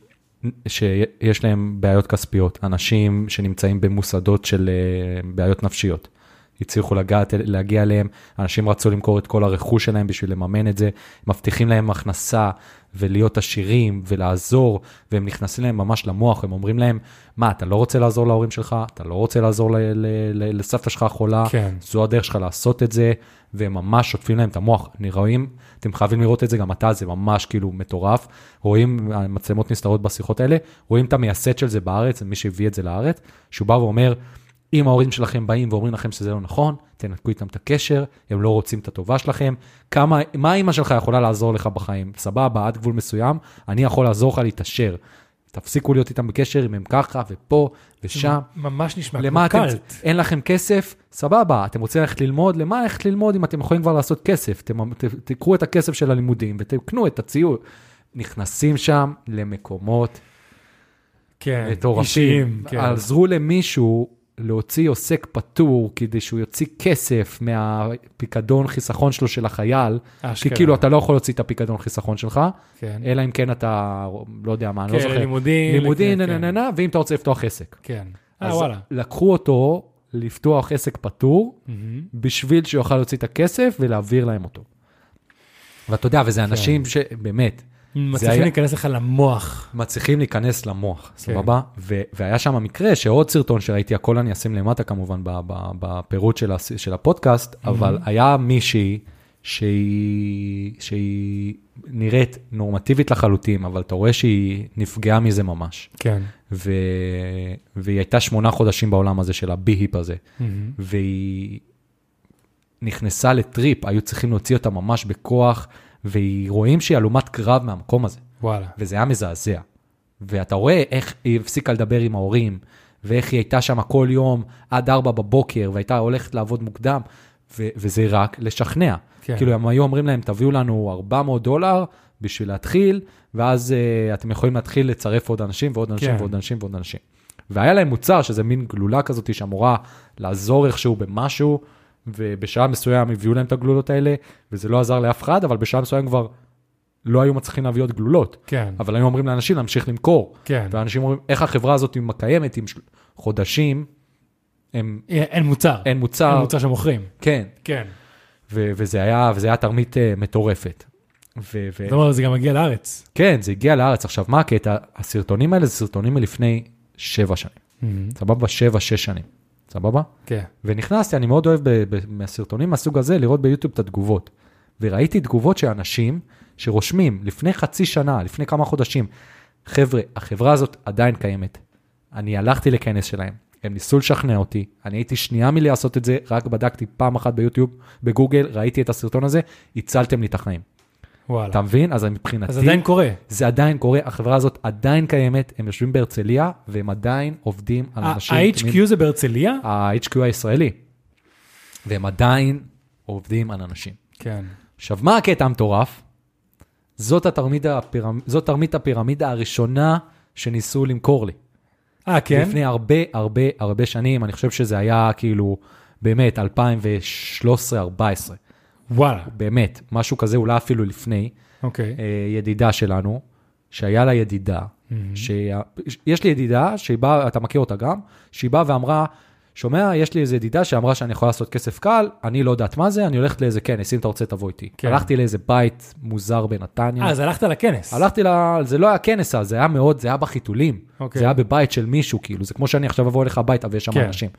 שיש להם בעיות כספיות, אנשים שנמצאים במוסדות של אה, בעיות נפשיות. הצליחו לגעת, להגיע אליהם, אנשים רצו למכור את כל הרכוש שלהם בשביל לממן את זה, מבטיחים להם הכנסה ולהיות עשירים ולעזור, והם נכנסים להם ממש למוח, הם אומרים להם, מה, אתה לא רוצה לעזור להורים שלך, אתה לא רוצה לעזור ל- ל- ל- לסבתא שלך החולה, כן. זו הדרך שלך לעשות את זה, והם ממש שוטפים להם את המוח. אני רואים, אתם חייבים לראות את זה, גם אתה, זה ממש כאילו מטורף. רואים, המצלמות נסתרות בשיחות האלה, רואים את המייסד של זה בארץ, מי שהביא את זה לארץ, שהוא בא ואומר, אם ההורים שלכם באים ואומרים לכם שזה לא נכון, תנתקו איתם את הקשר, הם לא רוצים את הטובה שלכם. כמה, מה אימא שלך יכולה לעזור לך בחיים? סבבה, עד גבול מסוים, אני יכול לעזור לך להתעשר. תפסיקו להיות איתם בקשר אם הם ככה ופה ושם. ממש נשמע כמו למה אתם, קאלט. אין לכם כסף, סבבה, אתם רוצים ללכת ללמוד, למה ללכת ללמוד אם אתם יכולים כבר לעשות כסף? אתם, ת, תקחו את הכסף של הלימודים ותקנו את הציור. נכנסים שם למקומות כן. מטורפים. אישיים, כן. עזרו למישהו להוציא עוסק פטור כדי שהוא יוציא כסף מהפיקדון חיסכון שלו של החייל, כי אשכרה. כאילו אתה לא יכול להוציא את הפיקדון חיסכון שלך, כן. אלא אם כן אתה, לא יודע מה, אני לא כן, זוכר. לימודים. כן, לימודים, נה נה נה נה, ואם אתה רוצה לפתוח עסק. כן. אה, אז וואלה. לקחו אותו לפתוח עסק פטור, מהמם. בשביל שיוכל להוציא את הכסף ולהעביר להם אותו. ואתה יודע, וזה אנשים שבאמת, כן. מצליחים היה- להיכנס כן. לך למוח. מצליחים להיכנס למוח, סבבה? ו- והיה שם מקרה שעוד סרטון שראיתי, הכל אני אשים למטה כמובן ב- ב- בפירוט של הס- של הפודקאסט, אבל היה מישהי שהיא שהיא נראית נורמטיבית לחלוטין, אבל אתה רואה שהיא נפגעה מזה ממש. כן. ו... והיא הייתה שמונה חודשים בעולם הזה של הבי-היפ הזה, מהמם. והיא נכנסה לטריפ, היו צריכים להוציא אותה ממש בכוח, והיא רואים שהיא הלומת קרב מהמקום הזה, וואלה. וזה היה מזעזע. ואתה רואה איך היא הפסיקה לדבר עם ההורים, ואיך היא הייתה שם כל יום עד 4 בבוקר, והייתה הולכת לעבוד מוקדם, ו- וזה רק לשכנע. כן. כן. כאילו, הם היו אומרים להם, תביאו לנו 400 דולר בשביל להתחיל, ואז uh, אתם יכולים להתחיל לצרף עוד אנשים ועוד אנשים כן. כן. ועוד אנשים ועוד אנשים. והיה להם מוצר שזה מין גלולה כזאת שאמורה לעזור איכשהו במשהו, ובשעה מסוים הביאו להם את הגלולות האלה, וזה לא עזר לאף אחד, אבל בשעה מסוים כבר לא היו מצליחים להביא עוד גלולות. כן. אבל היו אומרים לאנשים להמשיך למכור. כן. ואנשים אומרים, איך החברה הזאת היא מקיימת עם של... חודשים, הם, אה, אין מוצר. אין מוצר, אין מוצר שמוכרים. כן, כן. ו- וזה היה, וזה היה תרמית אה, מטורפת. ו- ו- זאת אומרת, זה גם מגיע לארץ. כן, זה הגיע לארץ. עכשיו, מה הקטע? הסרטונים האלה זה סרטונים מלפני שבע שנים, סבבה? שבע, שש שנים, סבבה? כן. ונכנסתי, אני מאוד אוהב ב- ב- מהסרטונים מהסוג הזה לראות ביוטיוב את התגובות. וראיתי תגובות של אנשים שרושמים לפני חצי שנה, לפני כמה חודשים, חבר'ה, החברה הזאת עדיין קיימת. אני הלכתי לכנס שלהם, הם ניסו לשכנע אותי, אני הייתי שנייה מלעשות את זה, רק בדקתי פעם אחת ביוטיוב, בגוגל, ראיתי את הסרטון הזה, הצלתם לי את החיים. וואלה. אתה מבין? אז מבחינתי... אז עדיין קורה. זה עדיין קורה, החברה הזאת עדיין קיימת, הם יושבים בהרצליה, והם עדיין עובדים על אנשים... ה-HQ אה, זה בהרצליה? ה-HQ הישראלי. והם עדיין עובדים על אנשים. כן. עכשיו, מה הקטע המטורף? זאת, התרמית הפירמ... זאת תרמית הפירמידה הראשונה שניסו למכור לי. אה, כן? לפני הרבה הרבה הרבה שנים, אני חושב שזה היה כאילו, באמת, 2013-2014. וואלה. באמת, משהו כזה, אולי אפילו לפני. אוקיי. אה, ידידה שלנו, שהיה לה ידידה, שה- יש לי ידידה שהיא באה, אתה מכיר אותה גם, שהיא באה ואמרה, שומע, יש לי איזו ידידה שאמרה שאני יכולה לעשות כסף קל, אני לא יודעת מה זה, אני הולכת לאיזה כנס, אם אתה רוצה תבוא איתי. כן. הלכתי לאיזה בית מוזר בנתניה. אה, אז הלכת לכנס. הלכתי ל... זה לא היה כנס אז, זה היה מאוד, זה היה בחיתולים. אוקיי. זה היה בבית של מישהו, כאילו, זה כמו שאני עכשיו אבוא אליך הביתה ויש שם כן. אנשים.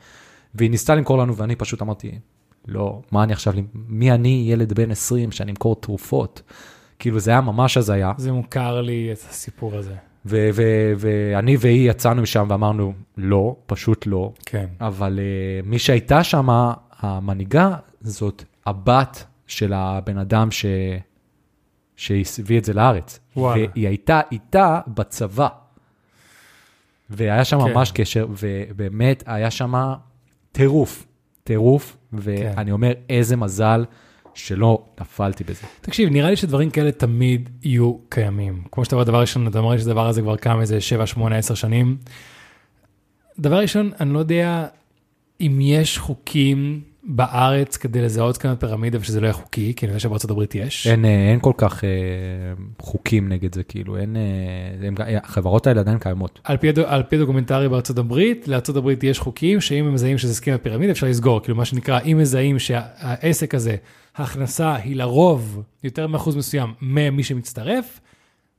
והיא ניסתה למכור לנו, ואני פשוט אמרתי, לא, מה אני עכשיו, מי אני, ילד בן 20, שאני אמכור תרופות? כאילו, זה היה ממש הזיה. זה מוכר לי את הסיפור הזה. ו- ו- ואני והיא יצאנו משם ואמרנו, לא, פשוט לא. כן. אבל uh, מי שהייתה שם, המנהיגה, זאת הבת של הבן אדם ש... שהביא את זה לארץ. וואלה. והיא הייתה איתה בצבא. והיה שם כן. ממש קשר, ובאמת היה שם טירוף, טירוף, כן. ואני אומר, איזה מזל שלא נפלתי בזה. תקשיב, נראה לי שדברים כאלה תמיד יהיו קיימים. כמו שאתה אומר, דבר ראשון, אתה אומר שהדבר הזה כבר קם איזה 7, 8, 10 שנים. דבר ראשון, אני לא יודע אם יש חוקים בארץ כדי לזהות כאן פירמידה ושזה לא יהיה חוקי, כי אני יודע שבארצות הברית יש. אין, אה, אין כל כך אה, חוקים נגד זה, כאילו, אין... אה, הם, גם- החברות האלה עדיין קיימות. על פי, הדו- על פי דוקומנטרי בארצות הברית, לארצות הברית יש חוקים שאם הם מזהים שזה הסכם הפירמידה אפשר לסגור, כאילו מה שנקרא, אם מזהים שהעסק הזה, ההכנסה היא לרוב יותר מאחוז מסוים ממי שמצטרף,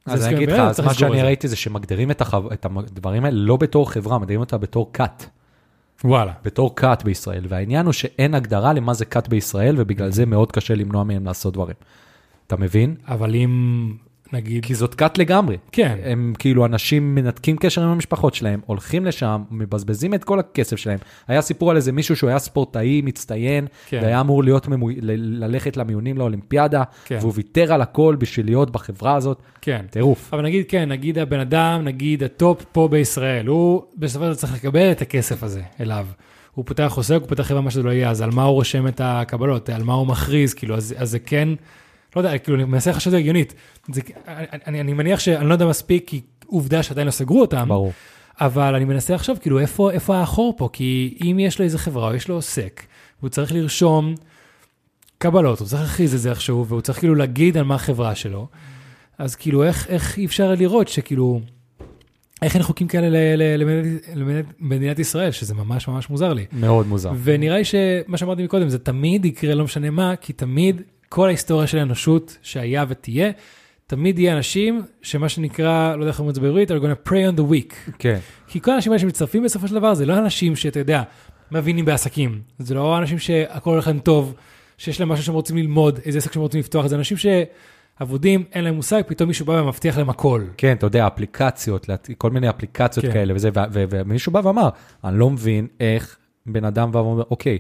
זה אז אני הסכם אגיד לך, הפירמידה, אז צריך מה לסגור את שאני זה. ראיתי זה שמגדירים את, החב... את הדברים האלה לא בתור חברה, מגדירים אותה בתור כת, וואלה. בתור כת בישראל. והעניין הוא שאין הגדרה למה זה כת בישראל, ובגלל זה מאוד קשה למנוע מהם לעשות דברים. אתה מבין? אבל אם נגיד, כי זאת כת לגמרי. כן, הם כאילו אנשים מנתקים קשר עם המשפחות שלהם, הולכים לשם, מבזבזים את כל הכסף שלהם. היה סיפור על איזה מישהו שהוא היה ספורטאי מצטיין, כן. כן. והיה אמור להיות ממו... ל- ללכת למיונים לאולימפיאדה, כן. כן. והוא ויתר על הכל בשביל להיות בחברה הזאת. כן. טירוף. אבל נגיד כן, נגיד הבן אדם, נגיד הטופ פה בישראל, הוא בסופו של דבר צריך לקבל את הכסף הזה אליו. הוא פותח עוסק, הוא פותח חברה, מה שזה לא יהיה, אז על מה הוא רושם את הקבלות, על מה הוא מכריז, כאילו, אז, אז זה כן, לא יודע, כאילו, אני מנסה לחשוב את זה הגיונית. זה, אני, אני, אני מניח שאני לא יודע מספיק, כי עובדה שעדיין לא סגרו אותם, ברור. אבל אני מנסה לחשוב, כאילו, איפה, איפה האחור פה? כי אם יש לו איזה חברה או יש לו עוסק, והוא צריך לרשום קבלות, הוא צריך להכריז את זה איכשהו, והוא צריך כאילו להגיד על מה החברה שלו, אז כאילו, איך, איך אי אפשר לראות שכאילו, איך אין חוקים כאלה ל- ל- למדינת- למדינת- למדינת ישראל, שזה ממש ממש מוזר לי. מאוד מוזר. ונראה לי שמה שאמרתי מקודם, זה תמיד יקרה, לא משנה מה, כי תמיד כל ההיסטוריה של האנושות שהיה ותהיה, תמיד יהיה אנשים שמה שנקרא, לא יודע איך אומרים את זה בעברית, אבל gonna pray on the weak. כן. כי כל האנשים האלה שמצטרפים בסופו של דבר, זה לא אנשים שאתה יודע, מבינים בעסקים. זה לא אנשים שהכל הולך להם טוב, שיש להם משהו שהם רוצים ללמוד, איזה עסק שהם רוצים לפתוח, זה אנשים שאבודים, אין להם מושג, פתאום מישהו בא ומבטיח להם הכל. כן, אתה יודע, אפליקציות, להת- כל מיני אפליקציות כן. כן. כאלה וזה, ו- ו- ומישהו בא ואמר, אני לא מבין איך בן אדם בא ואומר, אוקיי,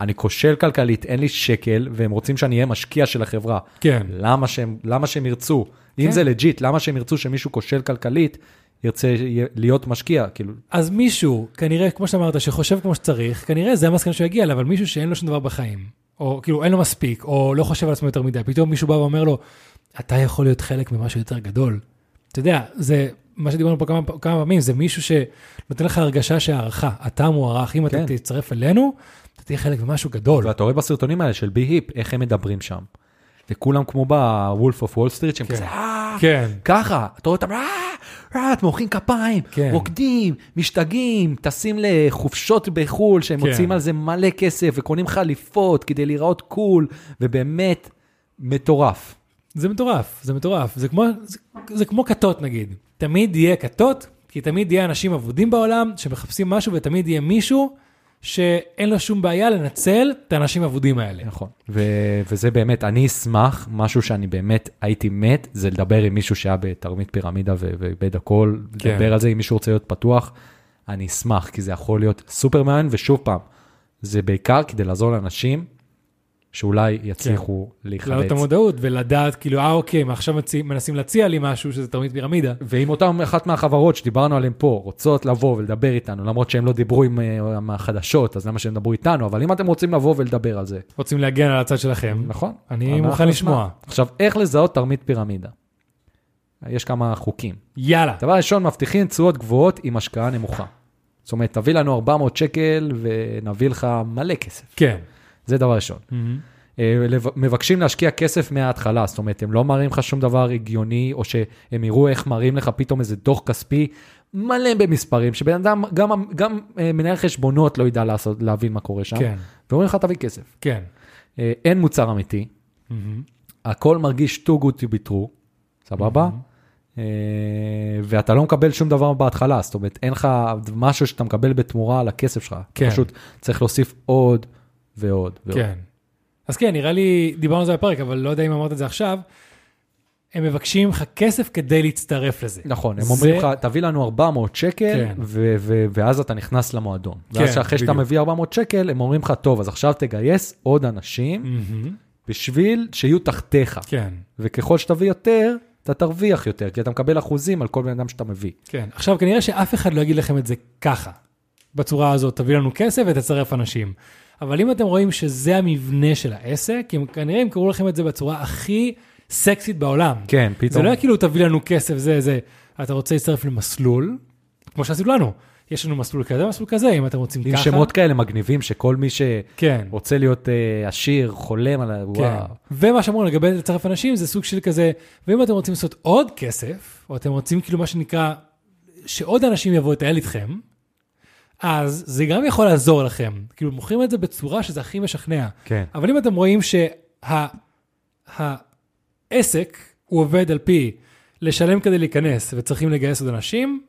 אני כושל כלכלית, אין לי שקל, והם רוצים שאני אהיה משקיע של החברה. כן. למה שהם, למה שהם ירצו? כן. אם זה לג'יט, למה שהם ירצו שמישהו כושל כלכלית ירצה י- להיות משקיע? כאילו, אז מישהו, כנראה, כמו שאמרת, שחושב כמו שצריך, כנראה זה המסקנה שהוא יגיע אליה, אבל מישהו שאין לו שום דבר בחיים, או כאילו אין לו מספיק, או לא חושב על עצמו יותר מדי, פתאום מישהו בא ואומר לו, אתה יכול להיות חלק ממשהו יותר גדול. אתה יודע, זה מה שדיברנו פה כמה, כמה פעמים, זה מישהו שנותן לך הרגשה שהערכה, אתה מוערך, אם כן. אתה תצטרף אלינו, אתה תהיה חלק ממשהו גדול. ואתה רואה בסרטונים האלה של בי היפ, איך הם מדברים שם. וכולם כמו בוולף אוף וול סטריט, שהם כן. כזה, "אה, כן. ככה, אתה רואה אותם, "אה, אה, אתם מוחאים כפיים, כן. רוקדים, משתגעים, טסים לחופשות בחו"ל, שהם כן. מוציאים על זה מלא כסף, וקונים חליפות כדי להיראות קול, ובאמת, מטורף. זה מטורף, זה מטורף. זה כמו, זה, זה כמו כתות נגיד. תמיד יהיה כתות, כי תמיד יהיה אנשים אבודים בעולם שמחפשים משהו, ותמיד יהיה מישהו שאין לו שום בעיה לנצל את האנשים האבודים האלה. נכון. ו- וזה באמת, אני אשמח, משהו שאני באמת הייתי מת, זה לדבר עם מישהו שהיה בתרמית פירמידה ו- ואיבד הכל, כן. כן. לדבר על זה, אם מישהו רוצה להיות פתוח, אני אשמח, כי זה יכול להיות סופר מעניין, ושוב פעם, זה בעיקר כדי לעזור לאנשים שאולי יצליחו כן. להעלות להיחלץ. את המודעות ולדעת, כאילו, אה, אוקיי, מה, עכשיו מצי, מנסים להציע לי משהו שזה תרמית פירמידה. ואם אותם אחת מהחברות שדיברנו עליהן פה רוצות לבוא ולדבר איתנו, למרות שהם לא דיברו עם, אה, עם החדשות, אז למה שהם ידברו איתנו? אבל אם אתם רוצים לבוא ולדבר על זה, רוצים להגן על הצד שלכם. נכון. אני אנחנו מוכן נשמע. לשמוע. עכשיו, איך לזהות תרמית פירמידה? יש כמה חוקים. יאללה. דבר ראשון, מבטיחים תשואות גבוהות עם השקעה נמוכה. זאת אומרת, תביא לנו 400 שקל ונביא לך מלא כסף. כן. זה דבר ראשון. מהמם. אה, לב- מבקשים להשקיע כסף מההתחלה, זאת אומרת, הם לא מראים לך שום דבר הגיוני, או שהם יראו איך מראים לך פתאום איזה דוח כספי מלא במספרים, שבן אדם, גם, גם אה, מנהל חשבונות לא ידע לעשות, להבין מה קורה שם, כן. ואומרים לך, תביא כסף. כן. אה, אין מוצר אמיתי, מהמם. הכל מרגיש too good to be true, סבבה? אה, ואתה לא מקבל שום דבר בהתחלה, זאת אומרת, אין לך משהו שאתה מקבל בתמורה על הכסף שלך. כן. פשוט צריך להוסיף עוד ועוד ועוד. כן. אז כן, נראה לי, דיברנו על זה בפרק, אבל לא יודע אם אמרת את זה עכשיו, הם מבקשים ממך כסף כדי להצטרף לזה. נכון, הם זה- אומרים לך, תביא לנו 400 שקל, כן. ו- ו- ואז אתה נכנס למועדון. כן, ואז אחרי שאתה בדיוק. מביא 400 שקל, הם אומרים לך, טוב, אז עכשיו תגייס עוד אנשים מהמם. בשביל שיהיו תחתיך. Mm. כן. וככל שתביא יותר, אתה תרוויח יותר, כי אתה מקבל אחוזים על כל בן אדם שאתה מביא. כן. עכשיו, כנראה שאף אחד לא יגיד לכם את זה ככה, בצורה הזאת, תביא לנו כסף ותצרף אנשים. אבל אם אתם רואים שזה המבנה של העסק, הם כנראה ימכרו לכם את זה בצורה הכי סקסית בעולם. כן, פתאום. זה לא היה כאילו תביא לנו כסף, זה, זה. אתה רוצה להצטרף למסלול, כמו שעשו לנו. יש לנו מסלול כזה, מסלול כזה, אם אתם רוצים עם ככה. שמות כאלה מגניבים, שכל מי שרוצה כן. להיות אה, עשיר, חולם על ה... כן. וואו. ומה שאמרו לגבי לצרף אנשים זה סוג של כזה, ואם אתם רוצים לעשות עוד כסף, או אתם רוצים כאילו מה שנקרא, שעוד אנשים יבואו לטייל איתכם, אז זה גם יכול לעזור לכם. כאילו מוכרים את זה בצורה שזה הכי משכנע. כן. אבל אם אתם רואים שהעסק הוא עובד על פי לשלם כדי להיכנס וצריכים לגייס עוד אנשים,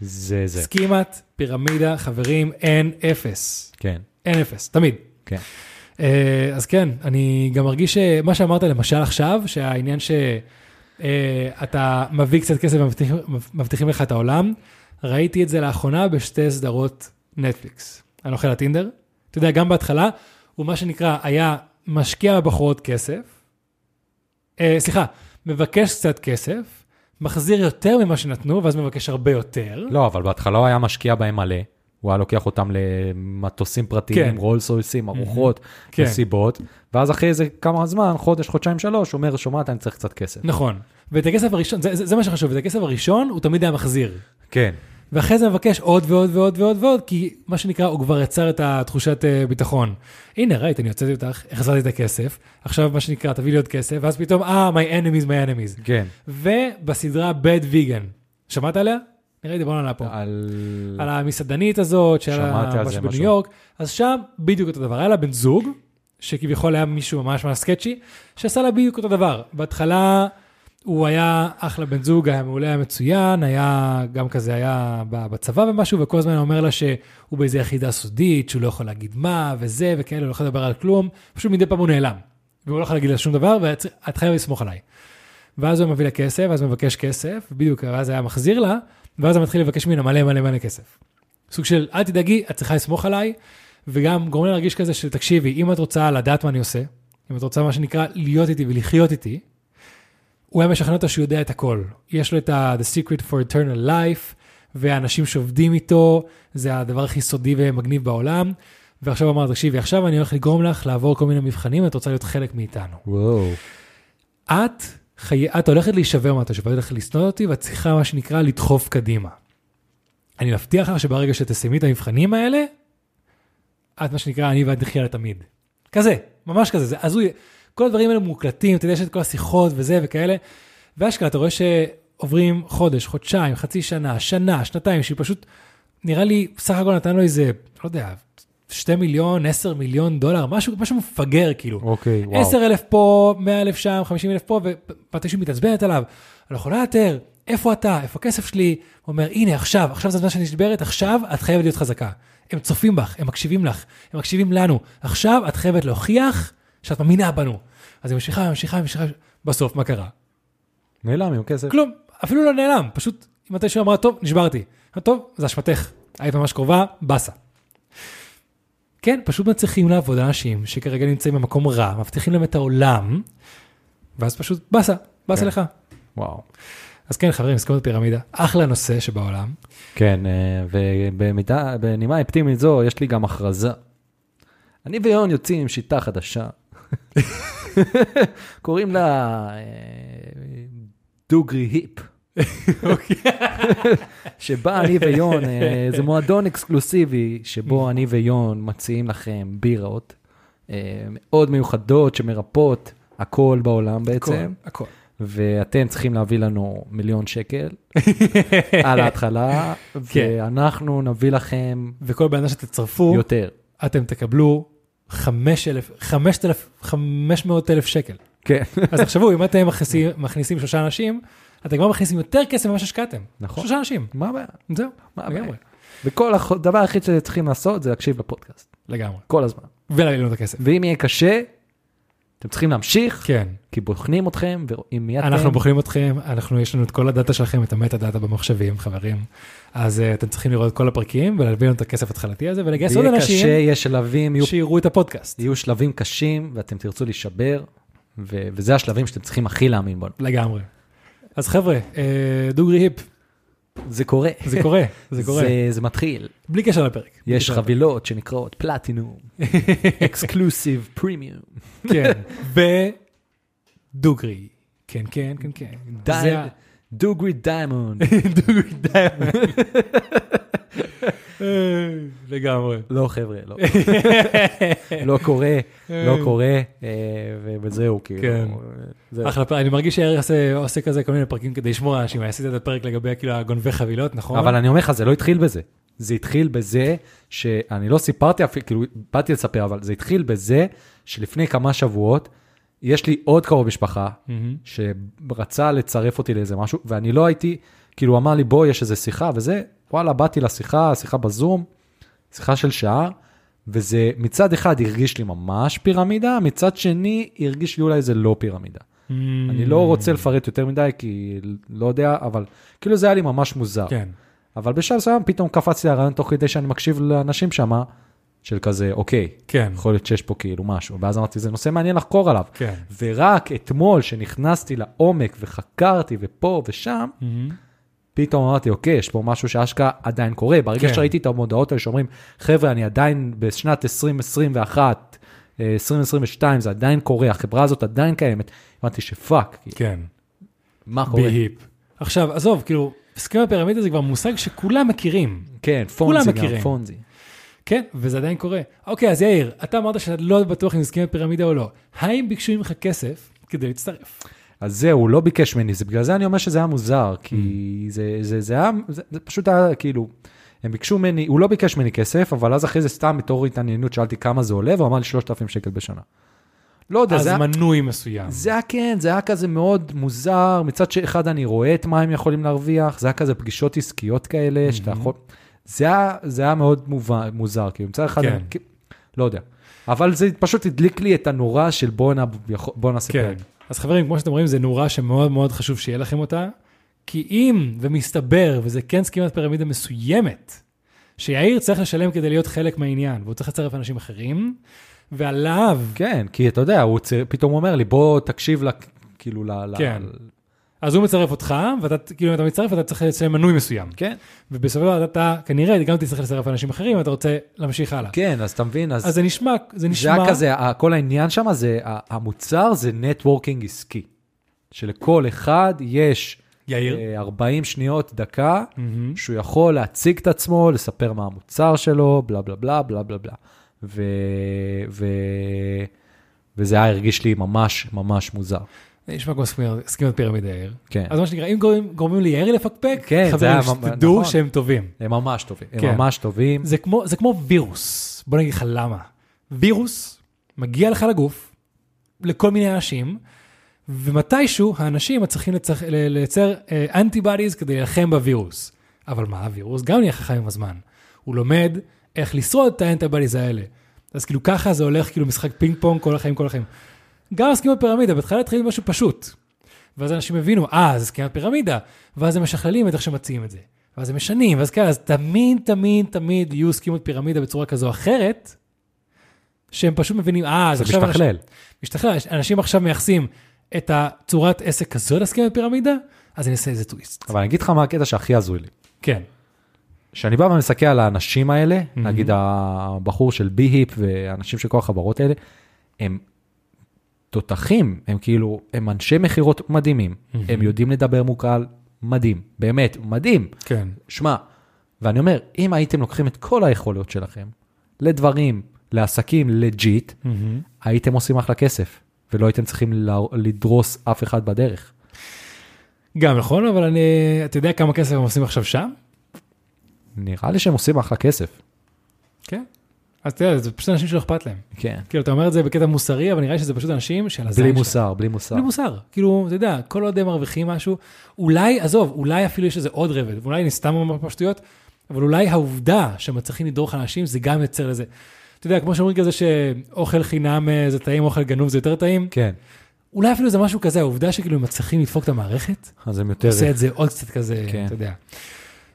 זה זה. סכימת, פירמידה, חברים, אין אפס. כן, אין אפס, תמיד. כן. אה, אז כן, אני גם מרגיש שמה שאמרת למשל עכשיו, שהעניין שאתה מביא קצת כסף ומבטיחים מבטיחים לך את העולם, ראיתי את זה לאחרונה בשתי סדרות נטפליקס. הנוכל הטינדר, אתה יודע, גם בהתחלה, הוא מה שנקרא, היה משקיע בבחורות כסף, אה, סליחה, מבקש קצת כסף, מחזיר יותר ממה שנתנו, ואז מבקש הרבה יותר. לא, אבל בהתחלה הוא היה משקיע בהם מלא. הוא היה לוקח אותם למטוסים פרטיים, כן. רולס רויסים, ארוחות, כן. מסיבות, ואז אחרי איזה כמה זמן, חודש, חודשיים, שלוש, הוא אומר, שומעת, אני צריך קצת כסף. נכון. ואת הכסף הראשון, זה, זה, זה מה שחשוב, את הכסף הראשון הוא תמיד היה מחזיר. כן, ואחרי זה מבקש עוד ועוד ועוד ועוד ועוד, כי מה שנקרא, הוא כבר יצר את התחושת אה, ביטחון. הנה, ראית, אני הוצאתי אותך, החזרתי את הכסף, עכשיו מה שנקרא, תביא לי עוד כסף, ואז פתאום, אה, my enemies, my enemies. כן. ובסדרה bad vegan, שמעת עליה? נראה לי דיברנו עליה פה. על... על המסעדנית הזאת, שהיה שמעתי לה על זה משהו בניו משהו. יורק, אז שם בדיוק אותו דבר, היה לה בן זוג, שכביכול היה מישהו ממש ממש סקצ'י, שעשה לה בדיוק אותו דבר. בהתחלה הוא היה אחלה בן זוג, היה מעולה, היה מצוין, היה גם כזה, היה ב- בצבא ומשהו, וכל הזמן היה אומר לה שהוא באיזה יחידה סודית, שהוא לא יכול להגיד מה וזה וכאלה, הוא לא יכול לדבר על כלום, פשוט מדי פעם הוא נעלם. והוא לא יכול להגיד לה שום דבר, ואת חייבת לסמוך עליי. ואז הוא מביא לה כסף, ואז מבקש כסף, בדיוק, ואז היה מחזיר לה, ואז הוא מתחיל לבקש ממנה מלא מלא מלא כסף. סוג של, אל תדאגי, את צריכה לסמוך עליי, וגם גורם לה להרגיש כזה של, תקשיבי, אם את רוצה לדעת מה אני עושה, אם את רוצה, מה שנקרא, להיות איתי ולחיות איתי, הוא היה משכנע אותה שהוא יודע את הכל. יש לו את ה- The Secret for Eternal Life, והאנשים שעובדים איתו, זה הדבר הכי סודי ומגניב בעולם. ועכשיו הוא אמר, תקשיבי, עכשיו אני הולך לגרום לך לעבור כל מיני מבחנים, את רוצה להיות חלק מאיתנו. וואו. את, חי... את הולכת להישבר מהתושב, את הולכת לשנוא אותי, ואת צריכה, מה שנקרא, לדחוף קדימה. אני מבטיח לך שברגע שתסיימי את המבחנים האלה, את, מה שנקרא, אני ואת נחיה לתמיד. כזה, ממש כזה, זה הזוי. כל הדברים האלה מוקלטים, אתה יודע, יש את כל השיחות וזה וכאלה, ואשכרה, אתה רואה שעוברים חודש, חודשיים, חצי שנה, שנה, שנתיים, שהיא פשוט, נראה לי, סך הכל נתן לו איזה, לא יודע, 2 מיליון, 10 מיליון דולר, משהו, משהו מפגר, כאילו. אוקיי, וואו. 10 אלף פה, 100 אלף שם, 50 אלף פה, ומתישהו מתעצבנת עליו, אני לא יכולה יותר, איפה אתה, איפה הכסף שלי? הוא אומר, הנה, עכשיו, עכשיו זה הזמן שאני נשברת, עכשיו את חייבת להיות חזקה. הם צופים בך, הם מקשיבים לך, הם מקשיבים לנו. עכשיו את חייבת להוכיח שאת מאמינה בנו. אז היא ממשיכה, ממשיכה, ממשיכה, בסוף, מה קרה? נעלם עם כסף. כלום, אפילו לא נעלם, פשוט מתישהו אמרה, טוב, נשברתי. אמרה, טוב, זה אשמתך, היית ממש קרובה, באסה. כן, פשוט מצליחים לעבוד אנשים שכרגע נמצאים במקום רע, מבטיחים להם את העולם, ואז פשוט באסה, באסה כן. לך. וואו. אז כן, חברים, הסכמת פירמידה, אחלה נושא שבעולם. כן, אה, ובמידה, בנימה אופטימית זו, יש לי גם הכרזה. אני ויון יוצאים עם שיטה חדשה. קוראים לה אה, דוגרי היפ. שבה אני ויון, אה, זה מועדון אקסקלוסיבי, שבו אני ויון מציעים לכם בירות אה, מאוד מיוחדות שמרפאות הכל בעולם בעצם. הכל. ואתם צריכים להביא לנו מיליון שקל על ההתחלה, כן. ואנחנו נביא לכם וכל בן אדם שתצרפו, יותר. אתם תקבלו 5,000, 500,000 שקל. כן. אז תחשבו, אם אתם מכניסים- מכניסים שלושה אנשים, אתם כבר מכניסים יותר כסף ממה שהשקעתם. נכון. שלושה אנשים. מה הבעיה? זהו, מה לגמרי. הבעיה? וכל הח- הדבר היחיד שצריכים לעשות זה להקשיב לפודקאסט, לגמרי. כל הזמן. ולהביא לנו את הכסף. ואם יהיה קשה, אתם צריכים להמשיך, כן. כי בוחנים אתכם, ואם מיד... אנחנו בוחנים אתכם, אנחנו, יש לנו את כל הדאטה שלכם, את המטה דאטה במחשבים, חברים. אז אה, אתם צריכים לראות את כל הפרקים ולהביא לנו את הכסף ההתחלתי הזה ולגייס עוד יהיה קשה, אנשים יש שלבים, יהיו- שיראו את הפודקאסט. יהיו שלבים קשים, ואתם תרצו להישבר, ו- וזה השלבים שאתם צריכים הכי להאמין בנו. לגמרי. אז חבר'ה, אה, דוגרי היפ, זה קורה. זה קורה, זה קורה. זה, זה מתחיל. בלי קשר לפרק. בלי יש קשר לפרק. חבילות שנקראות פלטינום, אקסקלוסיב, פרימיום. כן, ודוגרי. כן, כן, כן, כן. זה ה- דוגרי דיימונד. דוגרי דיימונד. אה, לגמרי. לא חבר'ה, לא. לא קורה, לא קורה, אה, ו- וזהו, כאילו. כן. אה, זהו. אחלה פרק, אני מרגיש שאריך עושה- עושה כזה כל מיני פרקים כדי לשמור על אנשים, עשית את הפרק לגבי כאילו הגונבי חבילות, נכון? אבל אני אומר לך, זה לא התחיל בזה. זה התחיל בזה שאני לא סיפרתי אפילו, כאילו, באתי לספר, אבל זה התחיל בזה שלפני כמה שבועות, יש לי עוד קרוב משפחה, מהמם. שרצה לצרף אותי לאיזה משהו, ואני לא הייתי, כאילו, הוא אמר לי, בוא, יש איזה שיחה, וזה, וואלה, באתי לשיחה, שיחה בזום, שיחה של שעה, וזה מצד אחד הרגיש לי ממש פירמידה, מצד שני הרגיש לי אולי זה לא פירמידה. Mm, אני לא רוצה לפרט יותר מדי, כי לא יודע, אבל כאילו זה היה לי ממש מוזר. כן. אבל בשלב מסוים פתאום קפץ לי הרעיון תוך כדי שאני מקשיב לאנשים שמה, של כזה, אוקיי, כן. יכול להיות שיש פה כאילו משהו, ואז אמרתי, זה נושא מעניין לחקור עליו. כן. ורק אתמול, שנכנסתי לעומק וחקרתי ופה ושם, מהמם. פתאום אמרתי, אוקיי, יש פה משהו שאשכרה עדיין קורה. ברגע כן. שראיתי את המודעות האלה שאומרים, חבר'ה, אני עדיין בשנת 2021, אה, 2022, זה עדיין קורה, החברה הזאת עדיין קיימת, אמרתי שפאק, כאילו, כן. מה בי קורה? היפ. עכשיו, עזוב, כאילו, הסכם הפירמידה זה כבר מושג שכולם מכירים. כן, פונזי מכירים. גם, פונזי. כן, וזה עדיין קורה. אוקיי, אז יאיר, אתה אמרת שאתה לא בטוח אם הסכם הפירמידה או לא. האם ביקשו ממך כסף כדי להצטרף? אז זהו, הוא לא ביקש ממני, זה בגלל זה אני אומר שזה היה מוזר, כי Mm. זה, זה, זה היה, זה, זה פשוט היה כאילו, הם ביקשו ממני, הוא לא ביקש ממני כסף, אבל אז אחרי זה סתם בתור התעניינות שאלתי כמה זה עולה, והוא אמר לי 3,000 שקל בשנה. לא יודע, אז זה היה, מנוי מסוים. זה היה כן, זה היה כזה מאוד מוזר, מצד שאחד אני רואה את מה הם יכולים להרוויח, זה היה כזה פגישות עסקיות כאלה, שאתה יכול, זה היה, זה היה מאוד מובן, מוזר, כאילו מצד אחד, כן. אני, כאילו, לא יודע, אבל זה פשוט הדליק לי את הנורה של בוא, נע, בוא נעשה כן. פרק. אז חברים, כמו שאתם רואים, זה נורה שמאוד מאוד חשוב שיהיה לכם אותה, כי אם, ומסתבר, וזה כן סכימת פירמידה מסוימת, שיאיר צריך לשלם כדי להיות חלק מהעניין, והוא צריך לצרף אנשים אחרים, ועליו, כן, כי אתה יודע, הוא ציר, פתאום אומר לי, בוא תקשיב ל... כאילו ל... כן. ל... אז הוא מצרף אותך, ואתה, כאילו, אם אתה מצטרף, אתה צריך לשלם מנוי מסוים. כן. ובסופו של דבר אתה כנראה גם תצטרך לצרף אנשים אחרים, אם אתה רוצה להמשיך הלאה. כן, אז אתה מבין, אז, אז זה נשמע, זה זה נשמע, היה כזה, ה- כל העניין שם זה, ה- המוצר זה נטוורקינג עסקי. שלכל אחד יש יאיר, אה, 40 שניות, דקה, מהמם. שהוא יכול להציג את עצמו, לספר מה המוצר שלו, בלה בלה בלה בלה בלה בלה. ו... ו... וזה היה הרגיש לי ממש ממש מוזר. זה נשמע כמו סכימת- סכימת פירמידה, יאיר. כן. אז מה שנקרא, אם גורמים- גורמים ליאיר לפקפק, כן, זה חברים, היה ממש- שתדעו נכון. שהם טובים. הם ממש טובים, הם כן. ממש טובים. זה כמו, זה כמו וירוס, בוא נגיד לך למה. וירוס מגיע לך לגוף, לכל מיני אנשים, ומתישהו האנשים צריכים לצר, לייצר אנטיבודיז כדי להילחם בווירוס. אבל מה, הווירוס גם נהיה חכם עם הזמן. הוא לומד איך לשרוד את האנטיבודיז האלה. אז כאילו ככה זה הולך כאילו משחק פינג פונג כל החיים, כל החיים. גם הסכימת פירמידה, בהתחלה התחיל עם משהו פשוט. ואז אנשים הבינו, אה, זה הסכמת פירמידה, ואז הם משכללים את איך שמציעים את זה. ואז הם משנים, ואז כאלה, אז תמיד, תמיד, תמיד יהיו הסכימות פירמידה בצורה כזו או אחרת, שהם פשוט מבינים, אה, אז זה עכשיו... אנשים- משתכלל. משתכלל, אנשים עכשיו מייחסים את הצורת עסק כזו להסכמת פירמידה, אז אני אעשה איזה טוויסט. אבל אני אגיד לך מה הקטע שהכי הזוי לי. כן. כשאני בא ומסתכל על האנשים האלה, נגיד הבחור של בי-היפ והאנשים של כל החברות האלה, הם תותחים, הם כאילו, הם אנשי מכירות מדהימים, הם יודעים לדבר מול קהל מדהים, באמת, מדהים. כן. שמע, ואני אומר, אם הייתם לוקחים את כל היכולות שלכם לדברים, לעסקים לג'יט, Mm-hmm. הייתם עושים אחלה כסף, ולא הייתם צריכים ל- לדרוס אף אחד בדרך. גם נכון, אבל אני, אתה יודע כמה כסף הם עושים עכשיו שם? נראה לי שהם עושים אחלה כסף. כן. אז אתה יודע, זה פשוט אנשים שלא אכפת להם. כן. כאילו, אתה אומר את זה בקטע מוסרי, אבל נראה לי שזה פשוט אנשים של הזין בלי שלהם. מוסר, בלי מוסר. בלי מוסר. כאילו, אתה יודע, כל עוד הם מרוויחים משהו, אולי, עזוב, אולי אפילו יש איזה עוד רבד, ואולי אני סתם אומר פה שטויות, אבל אולי העובדה שמצליחים לדרוך אנשים, זה גם יוצר לזה. אתה יודע, כמו שאומרים כזה שאוכל חינם אה, זה טעים, אוכל גנוב זה יותר טעים, כן. אולי אפילו זה משהו כזה, העובדה שכאילו הם מצליחים לדפוק את המערכת, אז הם יותר... עושה את זה עוד קצת כזה, כן. אתה יודע.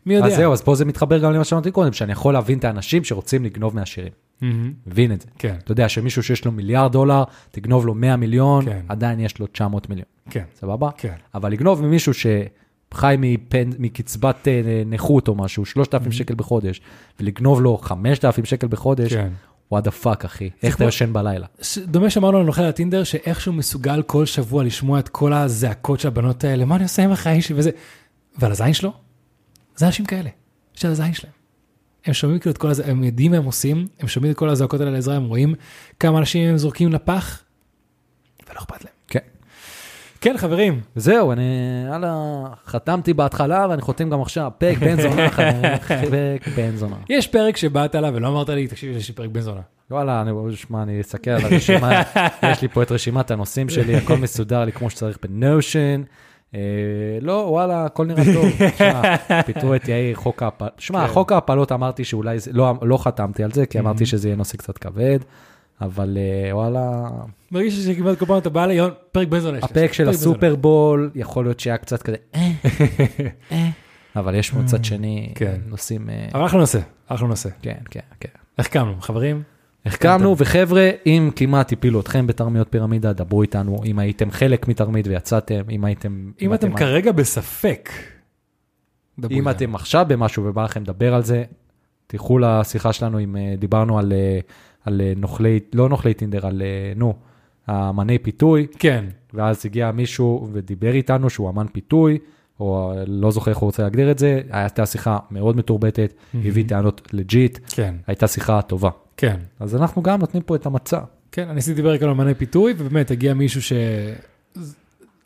מי יודע? אז זהו, אז פה זה מתחבר גם למה שאמרתי קודם, שאני יכול להבין את האנשים שרוצים לגנוב מהשירים. מהמם. מבין את זה. כן. אתה יודע שמישהו שיש לו מיליארד דולר, תגנוב לו 100 מיליון, כן. עדיין יש לו 900 מיליון. כן. סבבה? כן. אבל לגנוב ממישהו שחי מפן, מקצבת אה, נכות או משהו, 3,000 שקל בחודש, ולגנוב לו 5,000 שקל בחודש, כן. וואט דה פאק, אחי, איך אתה כמו- ישן בלילה? ש- דומה שאמרנו על נוכל הטינדר, שאיכשהו מסוגל כל שבוע לשמוע את כל הזעקות של הבנות האלה, מה אני עושה עם החיים שלי וזה. ועל הזין שלו? זה אנשים כאלה, יש על הזין שלהם. הם שומעים כאילו את כל הזה, הם יודעים מה הם עושים, הם שומעים את כל הזעקות האלה לעזרה, הם רואים כמה אנשים הם זורקים לפח, ולא אכפת להם. כן. כן, חברים, זהו, אני, יאללה, חתמתי בהתחלה ואני חותם גם עכשיו, פרק בן זונה, חברים, פרק בן זונה. יש פרק שבאת אליו ולא אמרת לי, תקשיב, יש לי פרק בן זונה. וואלה, אני, שמע, אני אסתכל על הרשימה, יש לי פה את רשימת הנושאים שלי, הכל מסודר לי כמו שצריך בנושן. אה, לא, וואלה, הכל נראה טוב. שמע, פיטרו את יאיר, חוק ההפלות. שמע, כן. Mm-hmm. חוק ההפלות אמרתי שאולי, זה- לא, לא חתמתי על זה, כי אמרתי שזה יהיה נושא קצת כבד, אבל אה, וואלה, מרגיש לי שכמעט כל פעם אתה בא ליון, פרק בן זונה. יש לי, לא. יש לי הפרק של פרק בן זונה." הסופרבול, יכול להיות שהיה קצת כזה, אה, אה, אבל יש מצד שני כן. נושאים, אה, אבל אחלה נושא, אחלה נושא. כן, כן, כן. איך קמנו, חברים? כן, החכמנו, וחבר'ה, אם כמעט הפילו אתכם בתרמיות פירמידה, דברו איתנו, אם הייתם חלק מתרמית ויצאתם, אם הייתם... אם אתם כרגע בספק, דברו אם איתנו. אתם עכשיו במשהו ובא לכם לדבר על זה, תלכו לשיחה שלנו, אם אה, דיברנו על, אה, על אה, נוכלי, לא נוכלי טינדר, על, אה, נו, האמני פיתוי, כן, ואז הגיע מישהו ודיבר איתנו שהוא אמן פיתוי, או אה, לא זוכר איך הוא רוצה להגדיר את זה, הייתה שיחה מאוד מתורבתת, הביא טענות לג'יט, כן, הייתה שיחה טובה. כן. אז אנחנו גם נותנים פה את המצע. כן, אני עשיתי פרק על אמני פיתוי, ובאמת הגיע מישהו ש...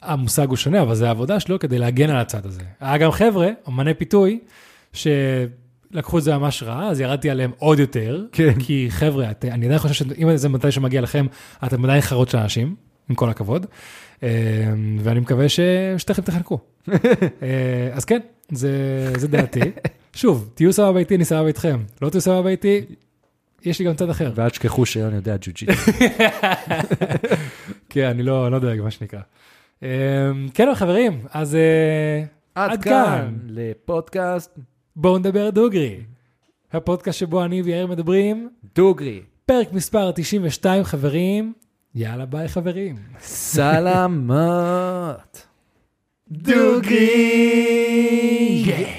המושג הוא שונה, אבל זה העבודה שלו כדי להגן על הצד הזה. היה גם חבר'ה, אמני פיתוי, שלקחו את זה ממש רע, אז ירדתי עליהם עוד יותר. כן. כי חבר'ה, את, אני עדיין חושב שאם זה מתי שמגיע לכם, אתם עדיין חרות של אנשים, עם כל הכבוד. אה, ואני מקווה ש... שתכף תחנקו. אה, אז כן, זה, זה דעתי. שוב, תהיו סבבה איתי, אני סבבה איתכם. לא תהיו סבבה איתי, יש לי גם צד אחר. ואל תשכחו שיון יודע ג'ו-ג'יטו. כן, אני לא, לא דואג, מה שנקרא. אמ, כן, אבל חברים, אז אה, עד כאן. לפודקאסט בואו נדבר דוגרי. הפודקאסט שבו אני ויאיר מדברים, דוגרי. פרק מספר 92, חברים. יאללה, ביי, חברים. סלמות. דוגרי.